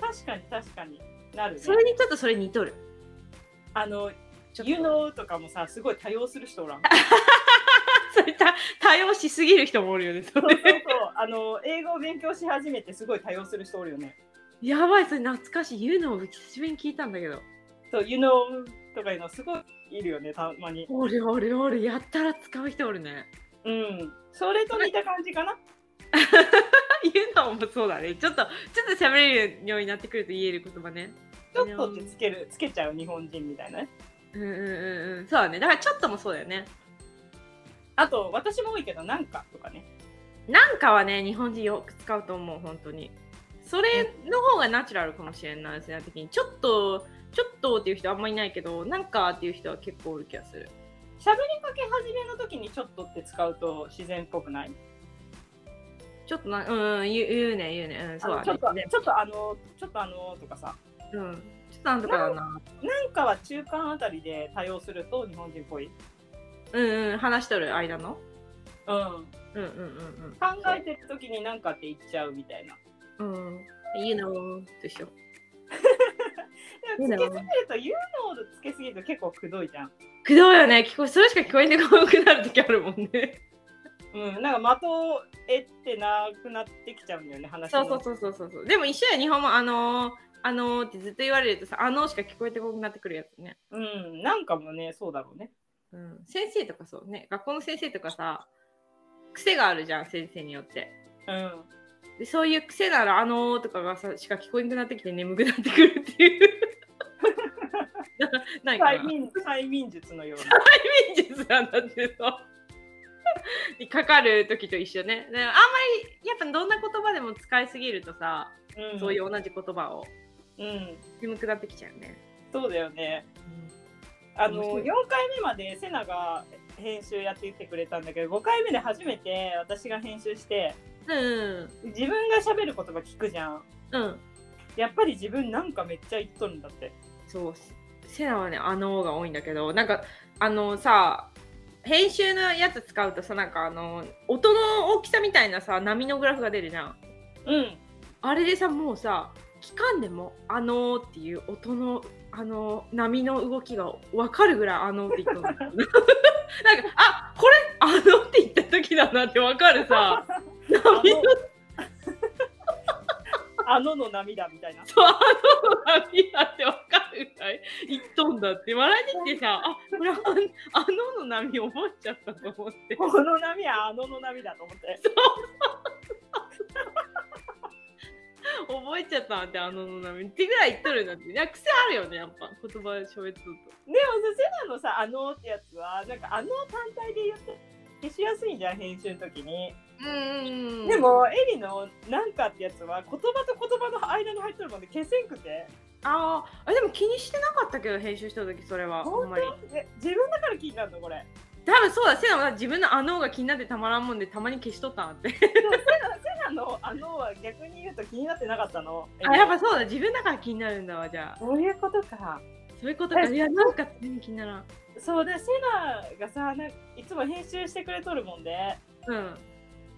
A: 確かに確かになるね
B: それにちょっとそれ似とる
A: あの
B: ちょっと
A: 湯のとかもさすごい多用する人おらん
B: それた多用しすぎる人もおるよね <laughs> そ
A: そうそう
B: れ
A: そうあの英語を勉強し始めてすごい多用する人おるよね
B: やばいそれ懐かしい言うのも久しぶりに聞いたんだけど
A: そう湯のとかいうのすごいいるよねたまに
B: おるおるおるやったら使う人おるね <laughs>
A: うんそれと似た感じかな
B: 言うのもそうだねちょっとちょっと喋れるようになってくると言える言葉ね
A: ちょっとってつけるつけちゃう日本人みたいなね
B: うんうんうんうんそうだねだからちょっともそうだよね
A: あと私も多いけどなんかとかね
B: なんかはね日本人よく使うと思う本当にそれの方がナチュラルかもしれんないですね的にちょっとちょっとっていう人あんまりいないけどなんかっていう人は結構おる気がする
A: 喋りかけ始めの時にちょっとって使うと自然っぽくない
B: ちょっとなうんうん言う言うね言うねうんそう
A: あのちょ
B: だ
A: っと
B: ね
A: ちょっとあのちょっとあのとかさ
B: うん。ちょっとなんとかだな。
A: なんかは中間あたりで多用すると日本人っぽい。
B: うんうん、話しとる間の。
A: うん。
B: うんうんうん
A: 考えてる時に何かって言っちゃうみたいな。
B: うん。うん。いいなーでしょ。
A: でもつけすぎると、有能度つけすぎると結構くどいじゃん。
B: くどいよね。聞こえ、それしか聞こえてこなくなる時あるもんね。
A: うん、なんか的を得ってなくなってきちゃうんだよね、話
B: そ
A: も
B: うそうそうそうそうそう。でも一緒や、日本もあのー、あのーってずっと言われるとさ、あのーしか聞こえてこなくなってくるやつね。
A: うん、なんかもね、そうだろうね。
B: うん。先生とかそうね。学校の先生とかさ、癖があるじゃん、先生によって。
A: うん。
B: でそういう癖なら「あのー」とかがさしか聞こえなくなってきて眠くなってくるっていう <laughs> なないかな
A: 催眠催眠術のような。
B: <laughs> 催眠術なんだってそうにかかる時と一緒ねねあんまりやっぱどんな言葉でも使いすぎるとさ、
A: うん、
B: そういう同じ言葉を
A: うん、
B: 眠くなってきちゃうね、
A: そうだよね。あの
B: 面白
A: 4
B: い
A: 回目までセナが編集やってきてくれたんだけど5回目で初めて私が編集して
B: うん、うん
A: 自分が喋る言葉聞くじゃん
B: うん
A: やっぱり自分なんかめっちゃ言っとるんだって
B: そうセナはね「あのー」が多いんだけどなんかあのさ編集のやつ使うとさなんかあの音の大きさみたいなさ波のグラフが出るじゃん
A: うん
B: あれでさもうさ期間でも「あのー」っていう音のあのー波の動きが分かるぐらい「あのー」って言ったの <laughs> なんか「あこれあのー」って言った時だなって分かるさ
A: あ
B: <laughs> 波の
A: のあのの涙みたいな
B: と「あのー」の波だって分かるぐらい言っとんだって笑いてきて <laughs> さ「あこれああの」の波覚えちゃったと思って
A: この波はあのの波だと思って
B: 覚えちゃったってあのの波ってぐらい言っとるんだっていや癖あるよねやっぱ言葉喋っとると。
A: でもさセナのさ「あの」ってやつはなんか「あの」単体で言って消しやすいんじゃん編集の時に
B: うん
A: でもエリの「なんか」ってやつは言葉と言葉の間に入ってるもんで消せんくて
B: あーあでも気にしてなかったけど編集した時それは
A: 本
B: あんまり
A: 当え自分だから聞いたのこれ
B: 多分そうだせやな自分のあの方が気になってたまらんもんでたまに消しとったなって
A: セナのあのは逆に言うと気になってなかったの
B: あやっぱそうだ自分だから気になるんだわじゃあ
A: そういうことか
B: そういうことか
A: え
B: いやなんか全然気にならん
A: そうでセナがさなんかいつも編集してくれとるもんで
B: うん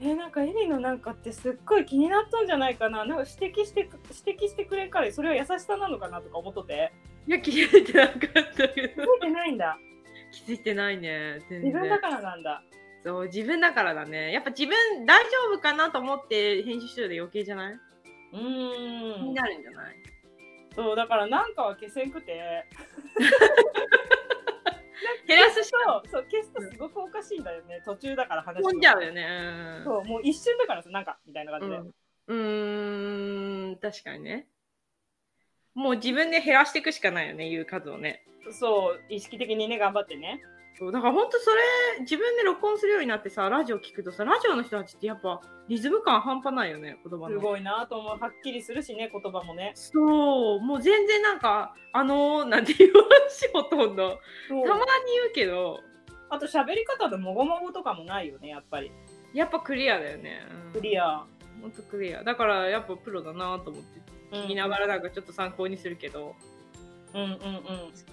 A: えなんかエリのなんかってすっごい気になったんじゃないかななんか指摘してく指摘してくれんからそれは優しさなのかなとか思っとって
B: いや気づいてなかったけ
A: <laughs>
B: ど
A: 見てないんだ
B: 気づいてないね全
A: 自
B: 然
A: 分だからなんだ
B: そう自分だからだねやっぱ自分大丈夫かなと思って編集してるで余計じゃない、
A: う
B: 気に
A: ーん
B: なるんじゃない
A: そうだからなんかは消せんくて
B: 減らすし
A: そうそう消すとすごくおかしいんだよね途中だから話
B: 飛んじゃうよねうん
A: そうもう一瞬だからさなんかみたいな感じで、
B: うん、うーん確かにねもう自分で減らしていくしかないよね言う数をね
A: そう意識的にね頑張ってね
B: そうだからほんとそれ自分で録音するようになってさラジオ聞くとさラジオの人たちってやっぱリズム感半端ないよね言葉
A: す
B: の
A: ごいなと思うはっきりするしね言葉もね
B: そうもう全然なんか「あのー」なんて言わんしほとんどたまに言うけど
A: あと喋り方のもごもごとかもないよねやっぱり
B: やっぱクリアだよね、うん、
A: クリア
B: ほんとクリアだからやっぱプロだなと思って聞きながらなんかちょっと参考にするけど、
A: うんうんうん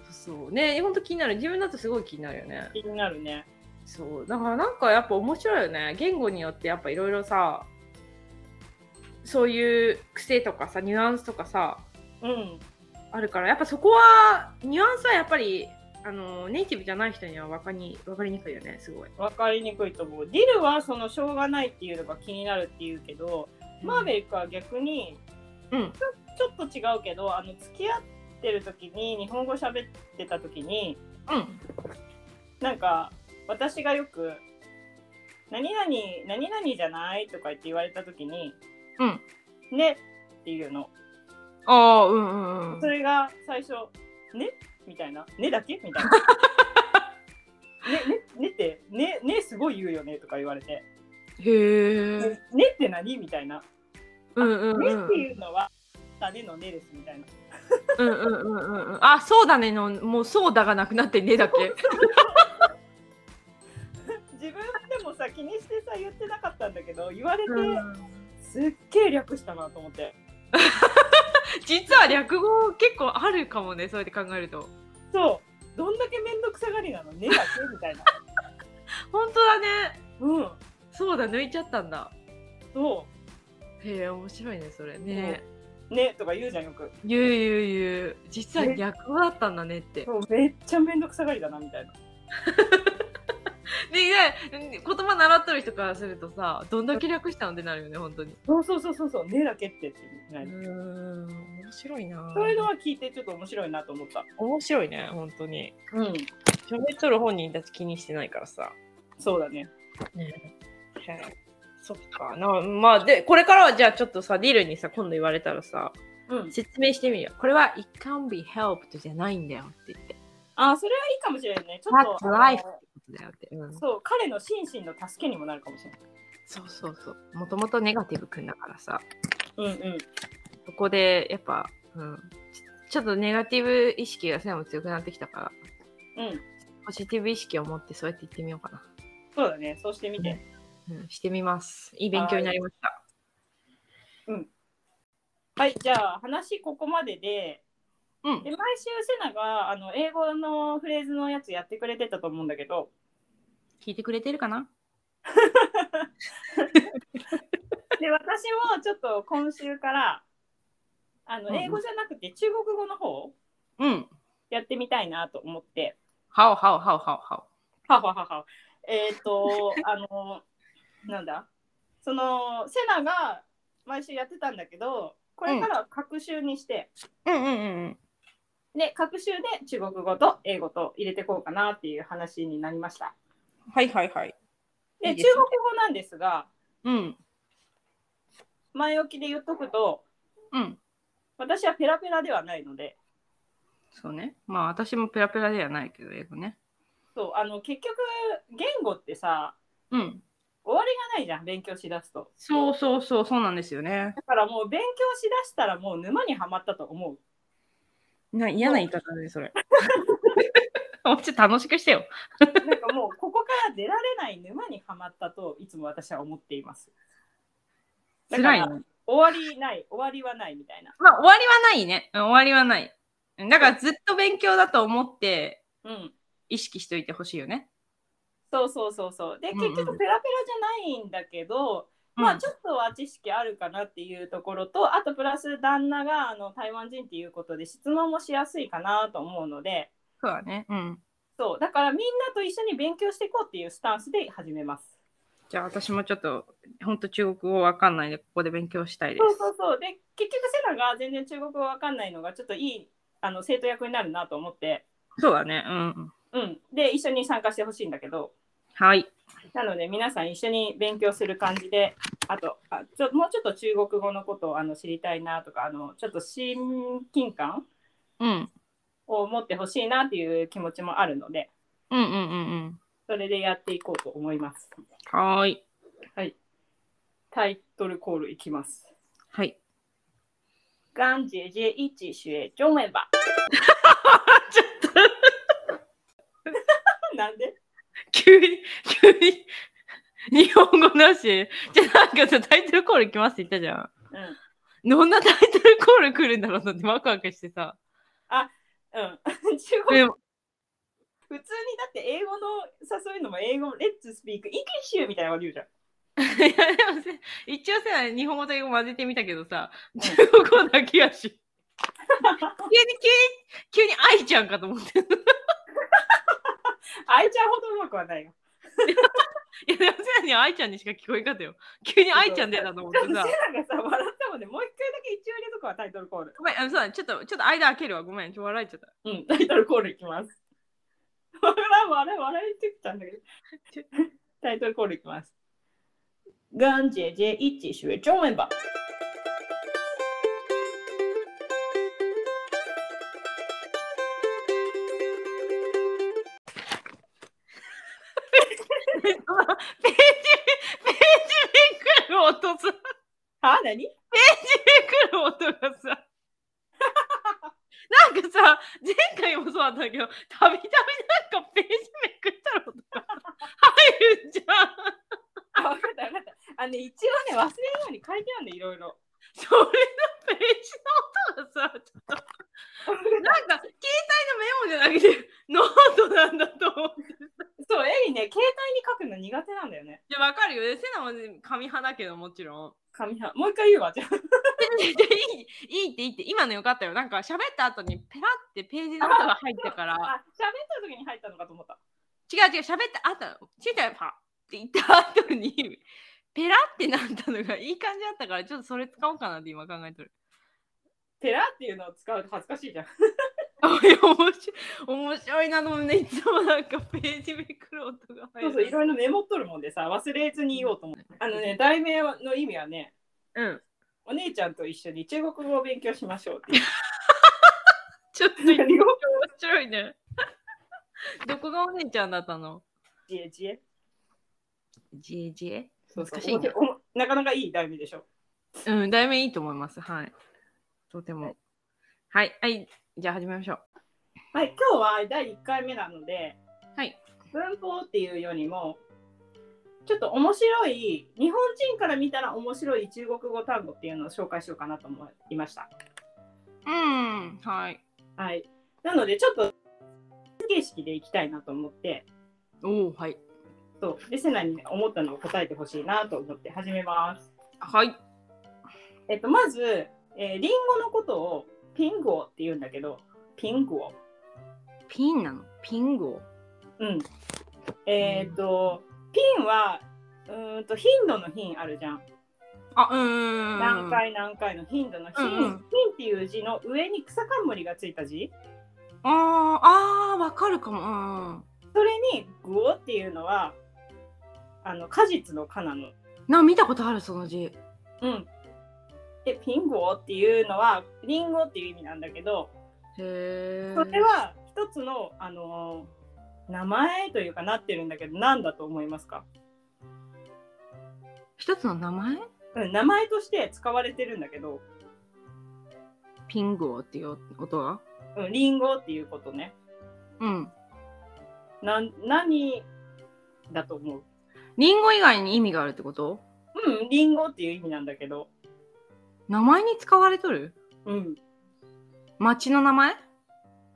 B: そうねほんと気になる自分だとすごい気になるよね
A: 気になるね
B: そうだからなんかやっぱ面白いよね言語によってやっぱいろいろさそういう癖とかさニュアンスとかさ
A: うん
B: あるからやっぱそこはニュアンスはやっぱりあのネイティブじゃない人には分かり分かりにくいよねすごい。
A: 分かりにくいと思うディルはそのしょうがないっていうのが気になるっていうけど、マーベリックは逆に
B: うん
A: ちょっと違うけどあの付き合ってる時に日本語喋ってた時に
B: うん
A: なんか私がよく「何々何々じゃない?」とか言って言われた時に
B: うん
A: 「ね」っていうの
B: ああうんうんうん
A: それが最初「ね」みたいな「ね」だけみ
B: <laughs>
A: たいな「ね」ねねって「ね」ねすごい言うよねとか言われて「
B: へ
A: ね
B: え
A: ねって何?」みたいな
B: うんうん
A: 「
B: うん
A: ね」
B: う
A: っ
B: ん
A: ていうのは「種のね」ですみたいな
B: うんうんうんあそうだねのもうそうだがなくなってねだっけ
A: 自分でもさ気にしてさ言ってなかったんだけど言われてすっげえ略したなと思って
B: 実は略語結構あるかもねそうやって考えると
A: そうどんだけ面倒くさがりなの根だけみたいな
B: 本当だね
A: うん
B: そうだ抜いちゃったんだ
A: そ
B: へえ面白いねそれね、
A: うねとか言うじゃんよく
B: 言う言う言う実は
A: ね
B: 略語だったんだねって
A: そうめっちゃ面倒くさがりだなみたいな
B: でで言葉習っとる人からするとさどんだけ略したのってなるよね本当に
A: そうそうそうそうそう根だけってって言うね
B: ん面白いな
A: そういうのは聞いてちょっと面白いなと思った
B: 面白いね本当に
A: うん
B: 喋っとる本人たち気にしてないからさ
A: そうだね
B: そっかなまあでこれからはじゃあちょっとさディルにさ今度言われたらさ
A: うん
B: 説明してみるよこれは「It can be helped」じゃないんだよって言って
A: あそれはいいかもしれないねち
B: 「
A: ょっ
B: That's
A: と
B: life」っ
A: あ
B: てことだよって、うん
A: の、そう彼の心身の助けにもなるかもしれない
B: そうそうそうもともとネガティブくんだからさ
A: うんうん
B: そこでやっぱ、うん、ちちょっとネガティブ意識がさえも強くなってきたから
A: うん
B: ポジティブ意識を持ってそうやって言ってみようかな、
A: そうだねそうしてみて
B: うん、してみますいい勉強になりました
A: はいじゃあ話ここまでで
B: うん
A: で毎週セナがあの英語のフレーズのやつやってくれてたと思うんだけど
B: 聞いてくれてるかな
A: <laughs> で私もちょっと今週からあの
B: うんうん
A: 英語じゃなくて中国語の方を
B: うん
A: やってみたいなと思って、
B: ハオハオハオハオハ
A: ははははえっ、とあのなんだそのセナが毎週やってたんだけどこれからは隔週にして、
B: オうんうんうん
A: で隔週で中国語と英語と入れてこうかなっていう話になりました。
B: はいはいはい
A: で
B: いいです
A: 中
B: ね
A: 国語なんですが
B: うん
A: 前置きで言っとくと
B: うん
A: 私はペラペラではないので
B: そうねまあ私もペラペラではないけど英語ね
A: そうあの結局言語ってさ
B: うん
A: 終わりがないじゃん勉強しだすと
B: そうそうそうそうなんですよね
A: だからもう勉強しだしたらもう沼にはまったと思う
B: な嫌な言い方だねそれ <laughs> もうちょっと楽しくしてよ
A: なんかもうここから出られない沼にはまったといつも私は思っていますだから
B: 辛いね
A: 終わりない終わりはないみたいな
B: まあ、終わりはないね。うん終わりはない。うんだからずっと勉強だと思って
A: うん
B: 意識しといてほしいよね。
A: そうそうそうそうで
B: うん
A: 結
B: うん
A: 局ペラペラじゃないんだけど、まあちょっとは知識あるかなっていうところとあとプラス旦那があの台湾人っていうことで質問もしやすいかなと思うので
B: そうだね。うん。
A: そうだからみんなと一緒に勉強していこうっていうスタンスで始めます
B: じゃあ私もちょっと、ほんと中国語わかんないで、ここで勉強したいです。
A: そうそうそう。で、結局セラが全然中国語わかんないのが、ちょっといいあの生徒役になるなと思って、
B: そうだね。うん。
A: うん。で、一緒に参加してほしいんだけど、
B: はい。
A: なので皆さん一緒に勉強する感じで、あと、あちょもうちょっと中国語のことをあの知りたいなとか、あのちょっと親近感
B: うん。
A: を持ってほしいなっていう気持ちもあるので、
B: うんうんうん
A: それでやっていこうと思います。
B: うん。はーい。
A: タイトルコールいきます。
B: はい。 <laughs>
A: ガン姐姐一起学中文
B: <laughs>
A: 吧。
B: ちょっと、
A: なんで
B: 急に、急に、 <laughs> 日本語なし。じゃあなんかさ、タイトルコール来ますって言ったじゃ
A: うん。
B: ん。どんなタイトルコール来るんだろうなってワクワクしてさ。
A: うん、 <laughs> 中国
B: でも
A: 普通にだって英語のさそういうのも英語もレッツスピークイングリッシュみたいなこと言うじゃん。
B: <laughs> いやでもせ一応さ日本語と英語混ぜてみたけどさ <laughs> 中国語だけやし急に急に急に愛ちゃんかと思って
A: あいちゃんほどうまくはないよ。
B: いやでもせに愛ちゃんにしか聞こえんかったよ急に愛ちゃん出たと思っ
A: ちょっと
B: て
A: セナ
B: さ
A: がさ笑ったもんね。もう一回だけ一応入れとくわタイトルコール。
B: ごめんあのそうだちょっとちょっと間開けるわごめんちょっと笑いちゃった
A: うん、タイトルコールいきます。笑う笑う笑いてきたんだけど。タイトルコールいきます。ガン姐姐一起学中文吧。
B: ページページめくる音さページ
A: は何
B: めくる音がさなんかさ前回もそうだったけどたびたびなんかページめくったら音が入るじゃん
A: あ、分かった分かった。あのね、一応ね、忘れるように書いてあるんで、いろいろ。
B: それのページの音がさちょっとなんか携帯のメモじゃなくてノートなんだと思う
A: そう、エリね、携帯に書くの苦手なんだよね。
B: いやわかるよねセナも紙派だけどもちろん
A: 紙派。もう一回言うわ、じゃあ。
B: いいいいっていいって今のよかったよなんか喋った後にペラってページの音が入ったから
A: あ、喋った時に入ったのかと思った。
B: 違う違う喋ったあとちーたよパって言った後にペラってなったのがいい感じだったからちょっとそれ使おうかなって今考えてる。
A: ペラっていうのを使うと恥ずかしいじゃん。
B: あいや面白い面白いなのねいつもなんかページめくる音が入
A: そう
B: る。
A: そう、いろいろメモっとるもんでさ、忘れずに言おうと思って。あのね、題名の意味はね、
B: うん。
A: お姉ちゃんと一緒に中国語を勉強しましょうっていう。
B: ちょっと面
A: 何を
B: 白いね。 <laughs> どこがお姉ちゃんだったの
A: じえじえ。
B: ジエジエ
A: そうそう
B: 難しいね
A: おもおなかなかいい題名でしょ。
B: うん、題名いいと思います。はい。とても。はい、はい、じゃあ始めましょう。
A: はい、今日は第1回目なので、
B: はい。
A: 文法っていうよりもちょっと面白い日本人から見たら面白い中国語単語っていうのを紹介しようかなと思いました。
B: うん、はい。
A: はい、なのでちょっと形式でいきたいなと思って
B: おおはい。
A: そうでセナに思ったのを答えてほしいなと思って始めます。
B: はい。
A: えっと、まず、えー、リンゴのことをピンゴって言うんだけどピンゴ。
B: ピンなのピンゴ
A: うん、えーっとピンはうーんと頻度の頻あるじゃん。
B: あ、うーん。
A: 何回何回の頻度の頻、
B: うんうん
A: 頻っていう字の上に草冠がついた字
B: あーあー、わかるかも。うん。
A: それに「グオ」っていうのはあの果実の果なの。
B: な、見たことある、その字。
A: うん、でピンゴっていうのはリンゴっていう意味なんだけど
B: へえ。
A: それは一つの、あのー名前というかなってるんだけど何だと思いますか、
B: 一つの名前
A: うん、名前として使われてるんだけど、
B: ピンゴっていう音が
A: うん、リンゴっていうことね
B: うん。
A: なん何だと思う
B: リンゴ以外に意味があるってこと
A: うんリンゴっていう意味なんだけど、
B: 名前に使われとる
A: うん、
B: 町の名前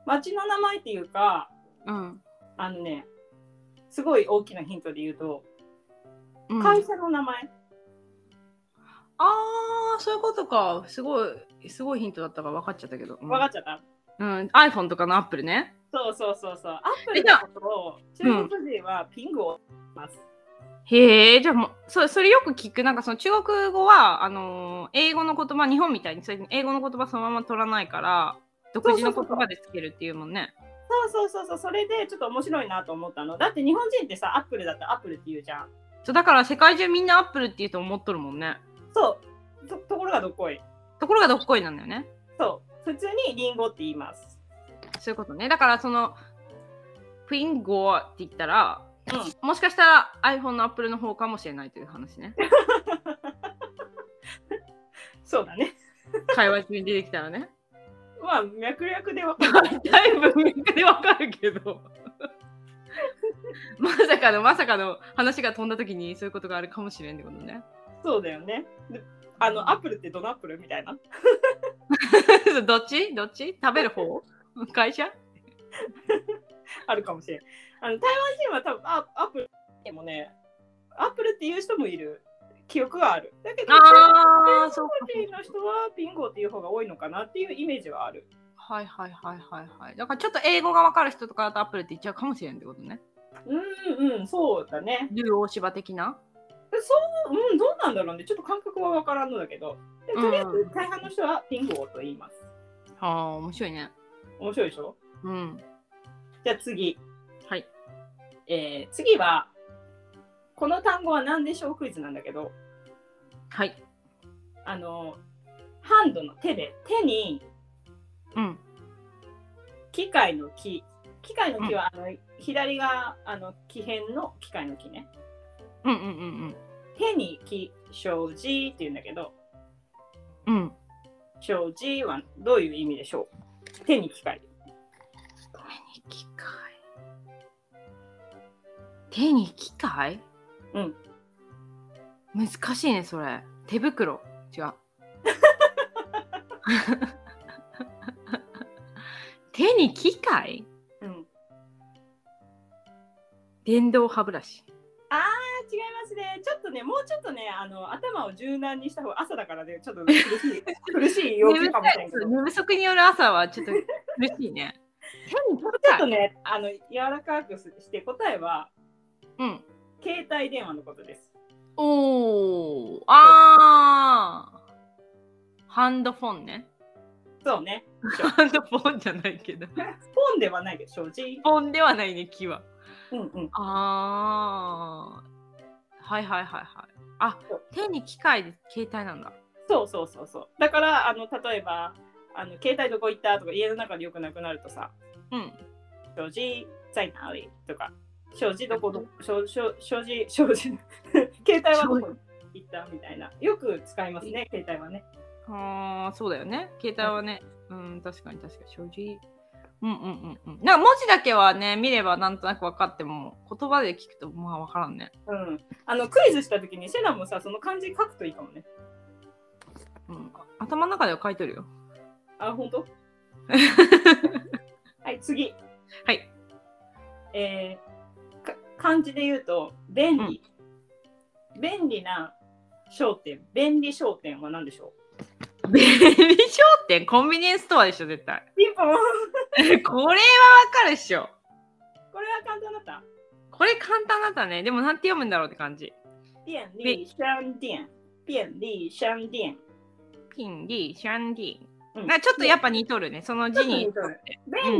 A: 町の名前っていうか
B: うん。
A: あのねすごい大きなヒントで言うと
B: うん、あ
A: 会社の名前、
B: あー、そういうことか。すごい、すごいヒントだったから分かっちゃったけど。うん
A: 分かっちゃった
B: うん。iPhone とかのアップルね。
A: そうそうそうそうアップ
B: え
A: ル
B: じゃあ
A: のことを中国人はピングを言います、
B: へえ、じゃあもうそ、それよく聞く。なんかその中国語は、あのー英語の言葉、日本みたいに、それ英語の言葉そのまま取らないから、独自の
A: そうそ
B: 言
A: うそう
B: 葉でつけるっていうもんね。
A: そうそうそうそうそれでちょっと面白いなと思ったのだって日本人ってさアップルだったらアップルって言うじゃん
B: そうだから世界中みんなアップルって言うと思っとるもんね。
A: そうとところがどっこい
B: ところがどっこいなんだよね。
A: そう普通にリンゴって言います
B: そういうことね。だからその、プリンゴーって言ったら、
A: うん
B: もしかしたら iPhone のアップルの方かもしれないという話
A: <laughs>
B: ね。
A: そうだね
B: 会話中に出てきたらね。
A: まあ脈略で分かる
B: だいぶみんなでわかるけ <laughs> ど。まさかのまさかの話が飛んだ時にそういうことがあるかもしれんってことね。
A: <laughs>
B: <laughs>
A: そうだよねであのアップルってどのアップルみたいな
B: どっちどっち食べる方会社
A: あるかもしれん。あの台湾人は多分あアップルでもね、アップルっていう人もいる記憶はある。だけど、
B: ああ、そうか。
A: 中国人の人はピンゴっていう方が多いのかなっていうイメージはある。
B: はいはいはいはいはい。だからちょっと英語がわかる人とかだとアップルって言っちゃうかもしれんってことね。
A: うんうん、そうだね。
B: ルー大芝的な。
A: そう、うん、どうなんだろうね。ちょっと感覚はわからんのだけど、でとりあえ
B: うん
A: ず大半の人はピンゴと言います。
B: ああ、面白いね。
A: 面白いでしょ
B: うん。
A: じゃあ次。
B: はい。
A: えー次は、この単語は何でしょうクイズなんだけど、
B: はい。
A: あの、ハンドの手で、手に
B: うん。
A: 機械の木機械の木は、あの左があの木片の機械の木ね
B: うんうんうん
A: 手に木障子って言うんだけど
B: うん。うん。
A: 障子はどういう意味でしょう手に機械
B: 手に機械。手に機械
A: うん。 <laughs>
B: 難しいね、それ。手袋。違う。手に機械
A: うん。
B: 電動歯ブラシ。
A: あ違いますね。ちょっとね、もうちょっとね、あの頭を柔軟にした方が朝だからね、ちょっと苦し <laughs> い苦しい要求かもしれないけど。
B: 眠不足による朝はちょっと苦し
A: <laughs>
B: いね。手に機
A: ちょっと
B: 械。
A: ね、あの柔らかくして答えは
B: うん。
A: 携帯電話のことです。
B: おー。あー。ハンドフォン
A: <laughs>
B: ね。
A: そうね。
B: ハンドフォンじゃないけど。
A: フォンではないけど、正直。
B: フォンではないね、木は。
A: うんうん。
B: あー。はいはいはいはい。あ
A: そう、
B: 手に機械で携帯なんだ。
A: そうそうそうそう。だからあの例えばあの携帯どこ行ったとか家の中でよくなくなるとさ、
B: うん。
A: 正直在哪里とか、正直どこどこ正正正直正直 <laughs> 携帯はどこ行ったみたいな。よく使いますね、携帯はね。
B: ああ、そうだよね。携帯はね。うん、確かに確かに。正直。うんうんうんうん。なんか文字だけはね、見ればなんとなく分かっても、言葉で聞くとまあ分からんね。
A: うん。あのクイズした時にシェナもさその漢字書くといいかもね。
B: うん。頭の中では書い
A: <laughs>
B: てるよ。
A: あ本当？はい次。
B: はい。
A: えーか漢字で言うと便利、便利な商店便利商店は何でしょ
B: 便利商店、コンビニエンスストアでしょ、絶対。
A: う
B: <laughs>
A: ピンポンこ
B: これは分かるっしょ。
A: れは簡単だった
B: これ簡単だったね。でもなんて読むんだろうって感じ。
A: 便利商店便利商店
B: ピンリー、シャンディ
A: うん
B: なんかちょっとやっぱ似とるね。その字に。
A: ちょっと似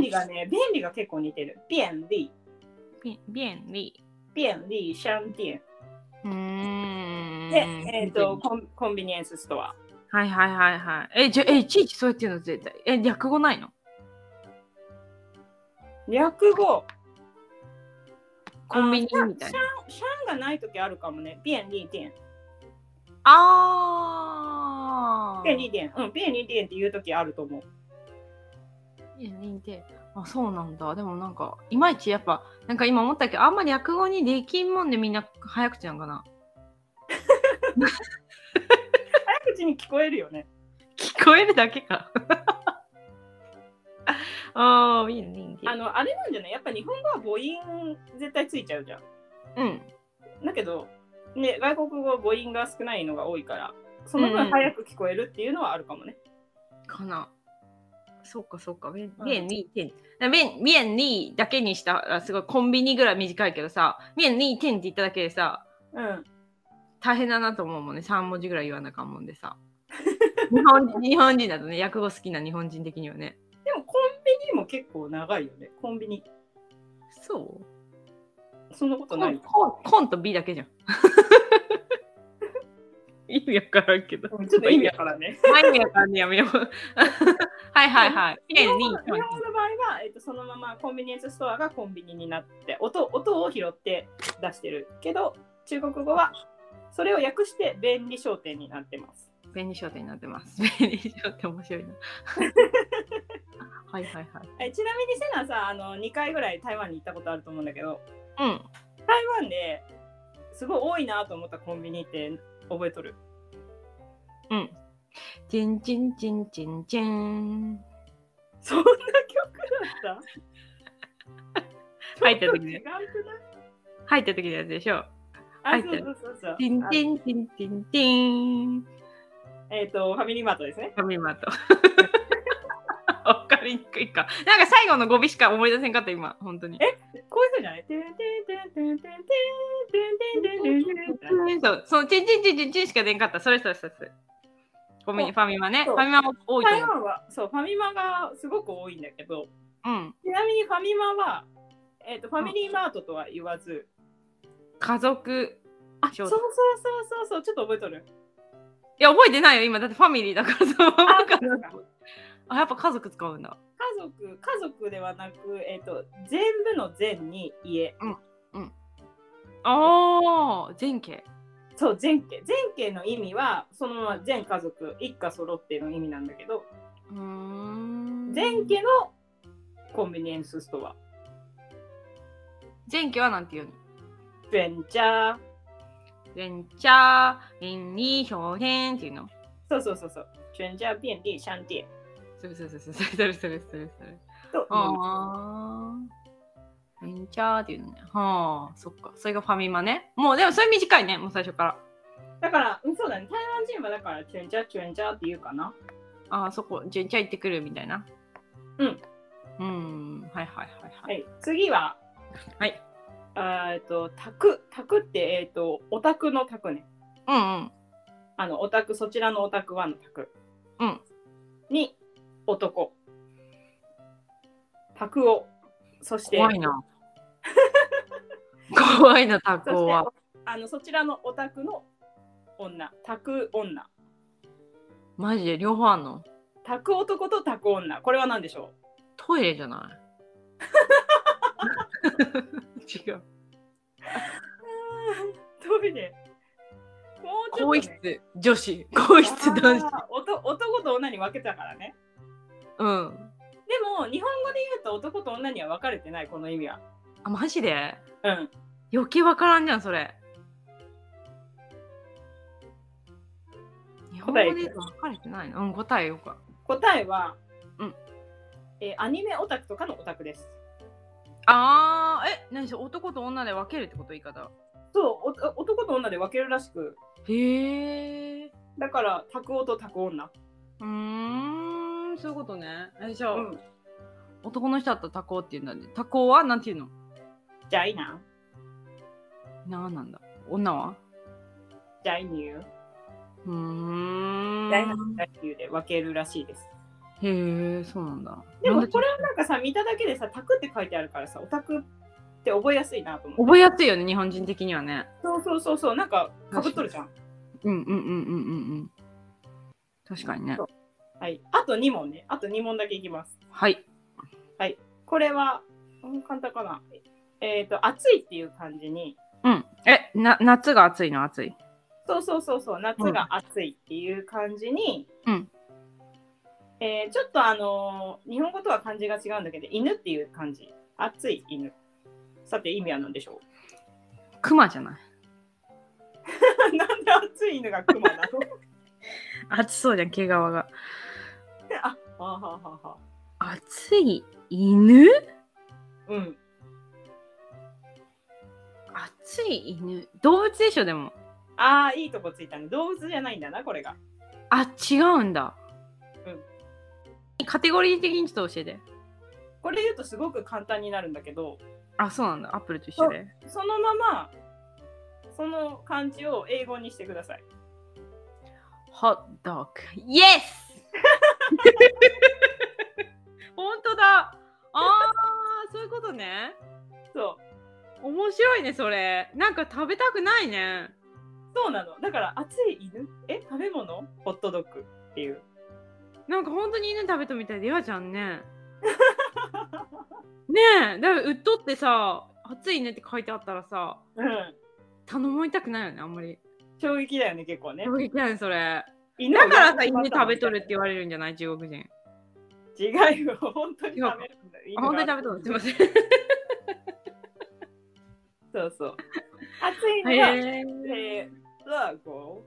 A: 便利がね、便利が結構似てる便利
B: ピン、便利。
A: 便利商店
B: うーん。
A: で、えっ、とコンコンビニエンスストア
B: はいはいはいはい。え、じゃえ、いちいちそうやって言うの絶対。え、略語ないの
A: 略語
B: コンビニみたいな。
A: シャンがない時あるかもね便利店
B: あー。
A: 便利店うん便利店って言う時あると思う
B: 便利で。あ、そうなんだ。でもなんか、いまいちやっぱ、なんか今思ったけど、あんま略語にできんもんでみんな早口なんかな。
A: 早口に聞こえるよね
B: 聞こえるだけか。 <laughs> あー、便利で。
A: あの、あれなんじゃないやっぱ日本語は母音絶対ついちゃうじゃん。
B: うん。
A: だけど、ね、外国語は母音が少ないのが多いから、その
B: うん
A: 分早く聞こえるっていうのはあるかもね。
B: かな。そうかそうか。便
A: うん
B: 便利店。便便利だけにしたらすごいコンビニぐらい短いけどさ、便利店って言っただけでさ、
A: うん。
B: 大変だなと思うもんね。3文字ぐらい言わなあかんもん
A: <laughs>
B: でさ。日本人日本人だとね、訳語好きな日本人的にはね。
A: でもコンビニも結構長いよね。コンビニ。
B: そう
A: そんなこと
B: コ
A: ない
B: ン。コンと B だけじゃん。 <laughs> 意味わからんけど。
A: うんちょっと意味だからね。
B: 前味わからんねやめよう。 <laughs> はいはいはい。
A: 日
B: 便
A: 本
B: 利
A: の日本語の場合は、えっと、そのままコンビニエンスストアがコンビニになって音、音を拾って出してるけど、中国語はそれを訳して便利商店になってます。
B: 便利商店になってます。 <laughs> 便利商店面 <laughs> 白いな。はいはい
A: えちなみにセナさあの2回ぐらい台湾に行ったことあると思うんだけど
B: はい。うん。
A: 台湾ですごい多いなと思ったコンビニって覚えとる
B: チンチンチンチンチン。
A: そんな曲だった
B: <laughs> 入った時ね
A: ちょっと違くない
B: 入った時のやつでしょ。
A: あ
B: 入っ
A: そ
B: た
A: うそうそうそう
B: チン
A: あ
B: チンチンチンチン。
A: えっ、とファミリーマートですね
B: ファミマと。 <laughs> わかりにくいか。なんか最後の語尾しか思い出せんかった今、本当に。え
A: こういうふうじゃないてんてんてんてんてんてんてんてんてんてんてんてんてん
B: そう、そのチンチンチンチンチンしか出んかった。それそれそれそれ。ごめん、
A: そう
B: ファミマね。フ
A: そう
B: ァミマも多いと
A: 台
B: 思う。
A: 湾はそうファミマがすごく多いんだけど
B: うん。
A: ちなみにファミマは、えっとファミリーマートとは言わず
B: 家族。
A: あ
B: ちょ
A: そうう
B: ど
A: そうそうそうそうちょっと覚えとる
B: いや、覚えてないよ、今。だってファミリーだからそのままかな
A: あそ
B: あ、やっぱ家族使うんだ。
A: 家族家族ではなく、えっと全部の全に家
B: ああ、全家。
A: そう全家全家の意味はそのまま全家族一家揃っての意味なんだけど
B: うーん
A: 全家のコンビニエンスストア
B: 前期はなんて言うの
A: ベンチャー
B: 全家、便利、表現っていうの。
A: そうそうそうそう全家便利商店
B: それそれそれそれそれそれそれそれ。
A: と
B: ああ。んちゃーっていうのね。はあ、そっか。それがファミマね。もうでもそれ短いね、もう最初から。
A: だから、うん、そうだね。台湾人はだから、チュンチャチュンチャって言うかな。
B: ああ、そこ、じゃんちゃ行ってくるみたいな。
A: うん。
B: うん、はいはいはいは。
A: はいい。次は、
B: はい。
A: あーえっと、タク。タクって、えっと、オタクのタクね。
B: うん
A: あの、オタク、そちらのオタクはのタク。
B: うん。
A: に、男。タクを。そし
B: うん。
A: て、
B: 怖いな。怖いな、タ
A: そし
B: コ
A: て
B: は。
A: あの、そちらのオタクの女。タク女。
B: マジで両方あんの
A: タク男とタク女。これは何でしょ
B: トイレじゃない違う。
A: うトイレ。もうちょっと、ね。
B: 更衣室女子、更衣室男子。
A: あーおと男と女に分けたからね。
B: うん。
A: でも日本語で言うと男と女には分かれてないこの意味は。
B: あ、マジで
A: うん。
B: 余計わからんじゃん、それ。日本語
A: 答え
B: で言うと分かれてないのうん、答えようか。
A: 答えは、
B: うん
A: えーアニメオタクとかのオタクです。
B: あー、え、何しろ男と女で分けるってこと言い方。
A: そうお男と女で分けるらしく
B: へえ。
A: だからタクオとタク女。
B: うーん、そういうことね。え、じゃあ、
A: うん。
B: 男の人だったらタコって言うんだね。タコはなんて言うの
A: じゃいな。
B: なんなんだ。女は
A: じゃいにゅう。
B: うーん。
A: じゃいな。じゃいにゅうで分けるらしいです。
B: へえ、そうなんだ。
A: で
B: な
A: も
B: んだ
A: これはなんかさ見ただけでさタクって書いてあるからさオタクって覚えやすいなと思って。
B: 覚えやすいよね、日本人的にはね。
A: そうそうそうそうなんかかぶっとるじゃん。
B: うんうんうんうんうんうん。確かにね
A: そ。うはい。あと2問ね。あと2問だけいきます。
B: はい。
A: これは、うん簡単かな。えっ、と、暑いっていう感じに、
B: うん。え、な夏が暑いの暑い。
A: そうそうそうそう、夏が暑いっていう感じに、
B: うん
A: えーちょっとあのー日本語とは漢字が違うんだけど、犬っていう漢字。暑い犬。さて、意味は何でしょ
B: 熊じゃない
A: <laughs>
B: う
A: なんで暑い犬が熊なの
B: 暑そうじゃん、毛皮が。
A: あ、はあはあはあはあ。
B: 暑い犬
A: うん。
B: 暑い犬。動物でしょ、でも。
A: ああ、いいとこついたね。動物じゃないんだな、これが。
B: あ、違うんだ。
A: う
B: カテゴリー的にちょっと教えて。
A: これ言うとすごく簡単になるんだけど、
B: あ、そうなんだ。アップルと一緒で。
A: そのまま、その漢字を英語にしてください。
B: ホットドッグ。イエス <laughs> 本当だ。あー、そういうことね。
A: そう。
B: 面白いね、それ。なんか食べたくないね。
A: そうなの。だから熱い犬え食べ物ホットドッグっていう。
B: なんか本当に犬食べたみたいで嫌じゃん <laughs> ね。ねえ、だから売っとってさ、暑いねって書いてあったらさ、
A: うん。
B: 頼みたくないよね、あんまり。
A: 衝撃だよね結構ね
B: 衝。撃だね、それ。
A: 犬
B: だからさ、犬食べとるって言われるんじゃない中国人。
A: 違うよ本当に食べるんだよ。
B: あ
A: 犬が
B: 本当に食べとる。すいません。
A: そう
B: <laughs>
A: そう。熱いのが
B: へえ。
A: えーラゴ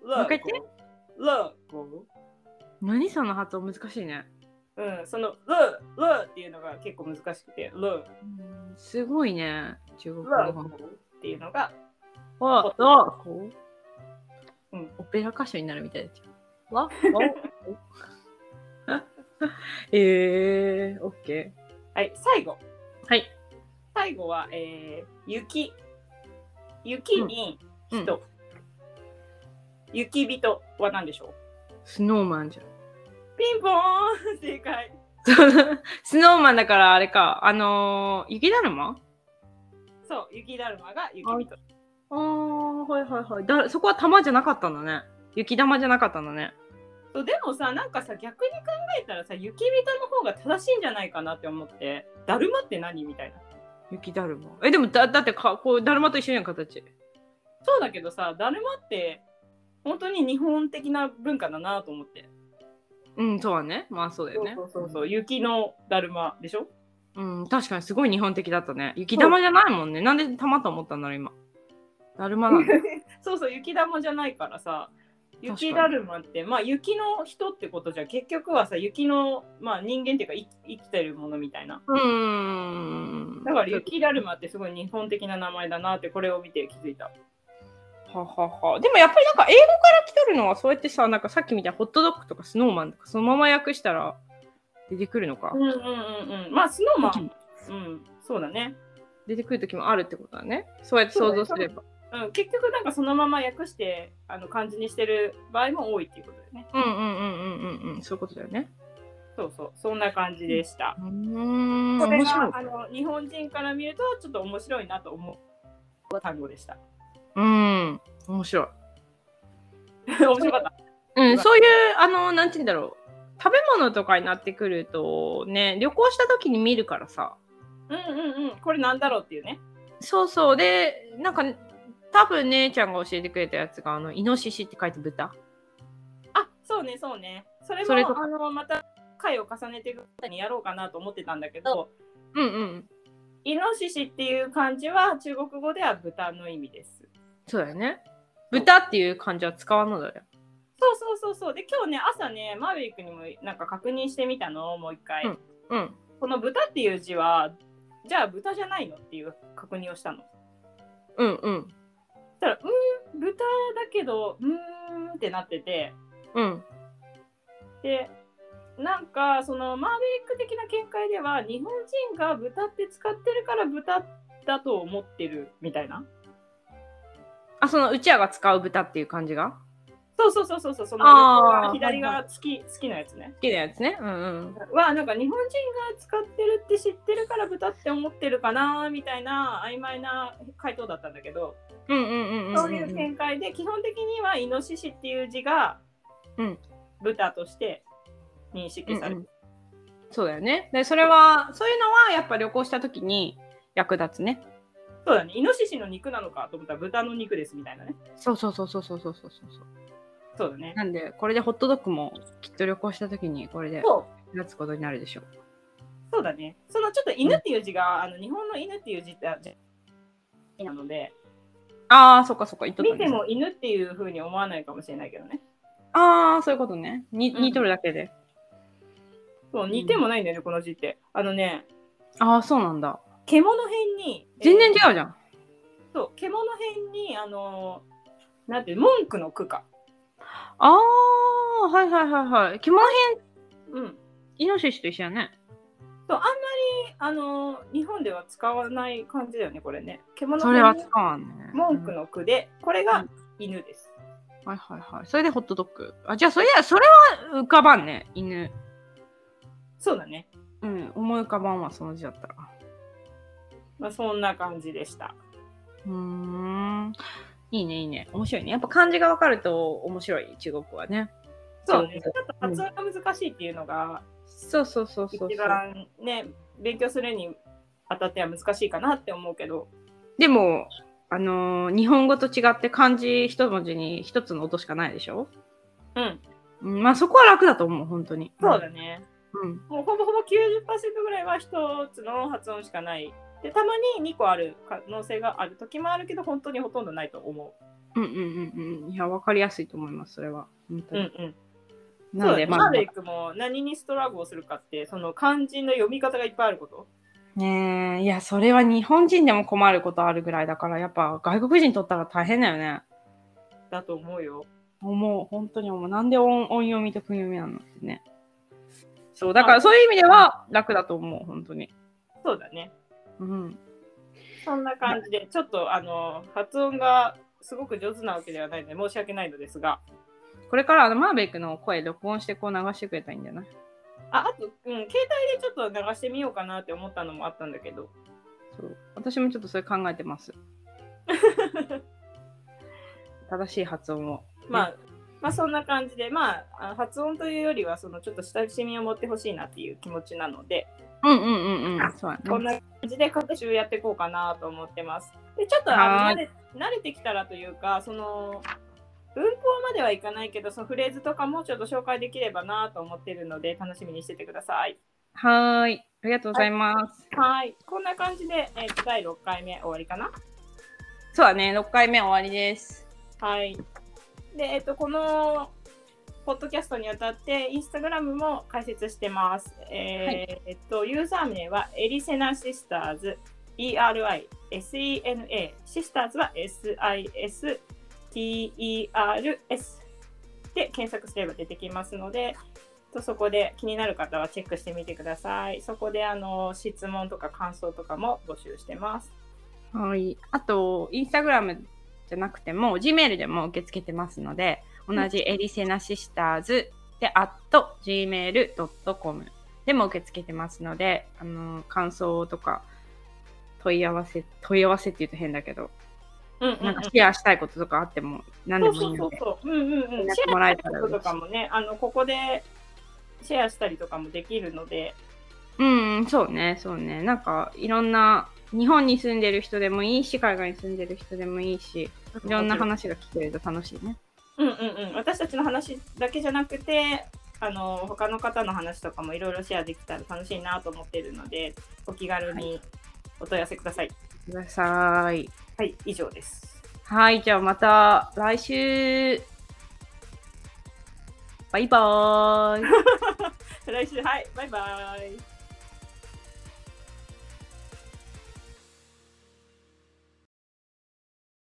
B: もう
A: ラ
B: 一回言っ
A: ゴラゴ
B: 何その発音難しいね。
A: うんそのララっていうのが結構難しくてラ
B: うんすごいね、中国語
A: ラゴ
B: が。
A: っていうのが
B: あ、あ、う
A: うん
B: ん、オペラ歌手になるみたいですよ。わ、わ。 <laughs> えー、オッケ
A: はい最後
B: ー。はい。
A: 最後は、えー雪雪に人、
B: うん
A: 雪人は何でしょ
B: スノーマンじゃん。 <laughs>
A: うピンポーン正解
B: スノーマンだからあれか、あのー、雪だるま
A: そう雪だるまが雪人
B: あー、はいはいはい。だそこは玉じゃなかったんだね。雪玉じゃなかったんだね。
A: そうでもさなんかさ逆に考えたらさ雪人の方が正しいんじゃないかなって思ってだるまって何みたいな
B: 雪だるま。え、でもだだってか、こう、だるまと一緒やん、形。
A: そうだけどさだるまって本当に日本的な文化だなと思って
B: うん、そうはね。まあそうだ
A: そ
B: よ
A: う
B: ね。
A: そうそうそう雪のだるまでしょ
B: うん、確かにすごい日本的だったね。雪玉じゃないもんね。なん
A: <laughs>
B: で玉と思ったんだろう、今。だるまなんだ。
A: そうそう雪玉じゃないからさ
B: かに
A: 雪だるまって、まあ、雪の人ってことじゃ結局はさ雪の、まあ、人間っていうかい生きてるものみたいな
B: うーん。
A: だから雪だるまってすごい日本的な名前だなってこれを見て気づいた
B: ははは。でもやっぱりなんか英語から来とるのはそうやってさ、なんかさっきみたいにホットドッグとかスノーマンとかそのまま訳したら出てくるのか
A: うん。うんうんうんまあスノーマンうんそうだね、
B: 出てくる時もあるってことだね。そうやって想像すれば。
A: うん、結局なんかそのまま訳してあの漢字にしてる場合も多いっていうことだよね
B: うんうんうんうんうんうん。そういうことだよね。
A: そうそうそんな感じでした、
B: うーん。
A: これ
B: 面白い
A: が。あの日本人から見るとちょっと面白いなと思う単語でした。 <laughs>
B: うん。面白い。
A: 面白かった。
B: うん、そういう、あの、なんて言うんだろう。食べ物とかになってくるとね、旅行した時に見るからさ。
A: うんうんうん。これなんだろうっていうね。
B: そうそう。で、なんか、多分姉ちゃんが教えてくれたやつが、あの、イノシシって書いて豚。
A: あそうねそうね。それも
B: それとか
A: あのまた回を重ねていくことにやろうかなと思ってたんだけど、
B: うんうん。
A: イノシシっていう漢字は中国語では豚の意味です。
B: そうだよね。豚っていう漢字は使わんのだよ。
A: そうそうそうそう。で今日ね朝ねマーヴェリックにもなんか確認してみたのもう一回。
B: んうん。
A: この豚っていう字はじゃあ豚じゃないのっていう確認をしたの。
B: うんうん。
A: そしたら、うーん、豚だけど、うーんってなってて、
B: うん。
A: で、なんか、そのマーベリック的な見解では、日本人が豚って使ってるから豚だと思ってるみたいな。
B: あ、その、うちわが使う豚っていう漢字が
A: そうそうそうそうそう、その
B: あー
A: 左
B: はい
A: 側月、月のやつね
B: 好。きなやつね。うんうん。
A: は、なんか日本人が使ってるって知ってるから豚って思ってるかなみたいな曖昧な回答だったんだけど、
B: うんうんうんうんうん。
A: そういう見解で、基本的にはイノシシっていう字が
B: うん
A: 豚として認識されてる。
B: うんうんそうだよね。で、それは、そういうのは、やっぱ旅行した時に役立つね。
A: そうだね、イノシシの肉なのかと思ったら豚の肉ですみたいなね。
B: そうそうそうそうそうそうそうそう。
A: そうだね。
B: なんで、これでホットドッグもきっと旅行した時にこれで
A: そう
B: 目立つことになるでしょう。
A: そうだね。そのちょっと犬っていう字が、あの日本の犬っていう字ってあじゃなので、
B: ああ、そっかそっか、言っとった
A: 見
B: んで
A: て
B: す
A: も犬っていうふうに思わないかもしれないけどね。
B: ああ、そういうことね。に
A: うん
B: 似とるだけで。
A: そう似てもないんだよね、この字って。あのね、
B: ああ、そうなんだ。
A: 獣編に、
B: 全然違
A: えー
B: うじゃん。
A: そう、獣編に、あのーなんていう文句の句か。
B: ああ、はいはいはいはい。獣編、
A: うん。
B: イノシシと一緒やね。
A: そうあんまり、あのー日本では使わない感じだよね、これね。獣
B: それは
A: 編に
B: 使わんね。
A: 文句
B: うん
A: の句で、これが犬です。
B: はいはいはい。それでホットドッグ。あ、じゃあ、それや、それは浮かばんね。犬。
A: そうだね。
B: うん、思い浮かばんわ、その字だったら。
A: まあ、そんな感じでした。
B: うーん。いいね、いいね。面白いね。やっぱ漢字がわかると面白い、中国はね。
A: そうね、ち
B: そ
A: ょっと発音が難しいっていうのが、
B: そうそうそうそうそう
A: 一。番ね、勉強するにあたっては難しいかなって思うけど、
B: でも、あのー日本語と違って漢字一文字に一つの音しかないでしょ、
A: うん、
B: うん、まあそこは楽だと思う、本当に。
A: そうだね。
B: うん。
A: もうほぼほぼ90%ぐらいは一つの発音しかない。で、たまに2個ある可能性がある時もあるけど、本当にほとんどないと思
B: うんうんうんうん。いや、わかりやすいと思います、それは。本当
A: う。うん
B: に。
A: うん。
B: な
A: そう
B: ので、
A: だね
B: ま
A: マ
B: あ
A: ー、ベリックも何にストラゴをするかって、その漢字の読み方がいっぱいあること。
B: ねえ、いや、それは日本人でも困ることあるぐらいだから、やっぱ外国人にとったら大変だよね。
A: だと思うよ。
B: 思う、本当に思う。なんで音音読みと訓読みなのってね。そう、だからそういう意味では楽だと思う、本当に。
A: そうだね。
B: うん。
A: そんな感じで、ちょっとあの発音がすごく上手なわけではないので、申し訳ないのですが、
B: これからあのマーベックの声録音してこう流してくれたらいいんじゃない
A: ああと、うん、携帯でちょっと流してみようかなって思ったのもあったんだけど、
B: そう私もちょっとそれ考えて <laughs> ます。正しい発音を。
A: まあ、まあ、そんな感じで、まあ、あ発音というよりは、そのちょっと親しみを持ってほしいなっていう気持ちなので、
B: うんうんうんうん。そうや
A: こん
B: ね。
A: な感じで各週やっていこうかなと思ってます。で、ちょっとあ
B: は
A: の慣れ慣れてきたらというか、その、文法まではいかないけど、そのフレーズとかもちょっと紹介できればなと思ってるので、楽しみにしててください。
B: はーい。ありがとうございます。
A: はい、こんな感じで、えー第6回目終わりかな。
B: そうだね、6回目終わりです。
A: はい。で、えっと、このポッドキャストにあたって、インスタグラムも開設してます。えーえっと、ユーザー名はエリセナシスターズ、ERI、SENA、シスターズは SISTERS で検索すれば出てきますので、とそこで気になる方はチェックしてみてください。そこであの質問とか感想とかも募集してます。
B: はい。あと、インスタグラムじゃなくても、Gmail でも受け付けてますので、同じエリセナシスターズで、at gmail.com でも受け付けてますので、あの、感想とか、問い合わせ、問い合わせって言うと変だけど、
A: うんうん
B: なんかシェアしたいこととかあっても、何で
A: そう
B: もい
A: そ
B: いう
A: そ
B: の
A: う
B: で、
A: そう。うんうんう
B: 連
A: ん。
B: 絡もらえたら
A: と
B: 嬉し
A: か
B: い。
A: もね、あのここでシェアしたりとかもできるので、
B: うんうん、そうね、そうね。なんか、いろんな、日本に住んでる人でもいいし、海外に住んでる人でもいいし、いろんな話が聞けると楽しいね。
A: うんうんうん、私たちの話だけじゃなくて、あの他の方の話とかもいろいろシェアできたら楽しいなと思ってるので、お気軽にお問い合わせください。
B: ください。
A: はい、以上です。
B: はい、じゃあまた来週。バイバーイ。
A: 来週はい、バイバイ。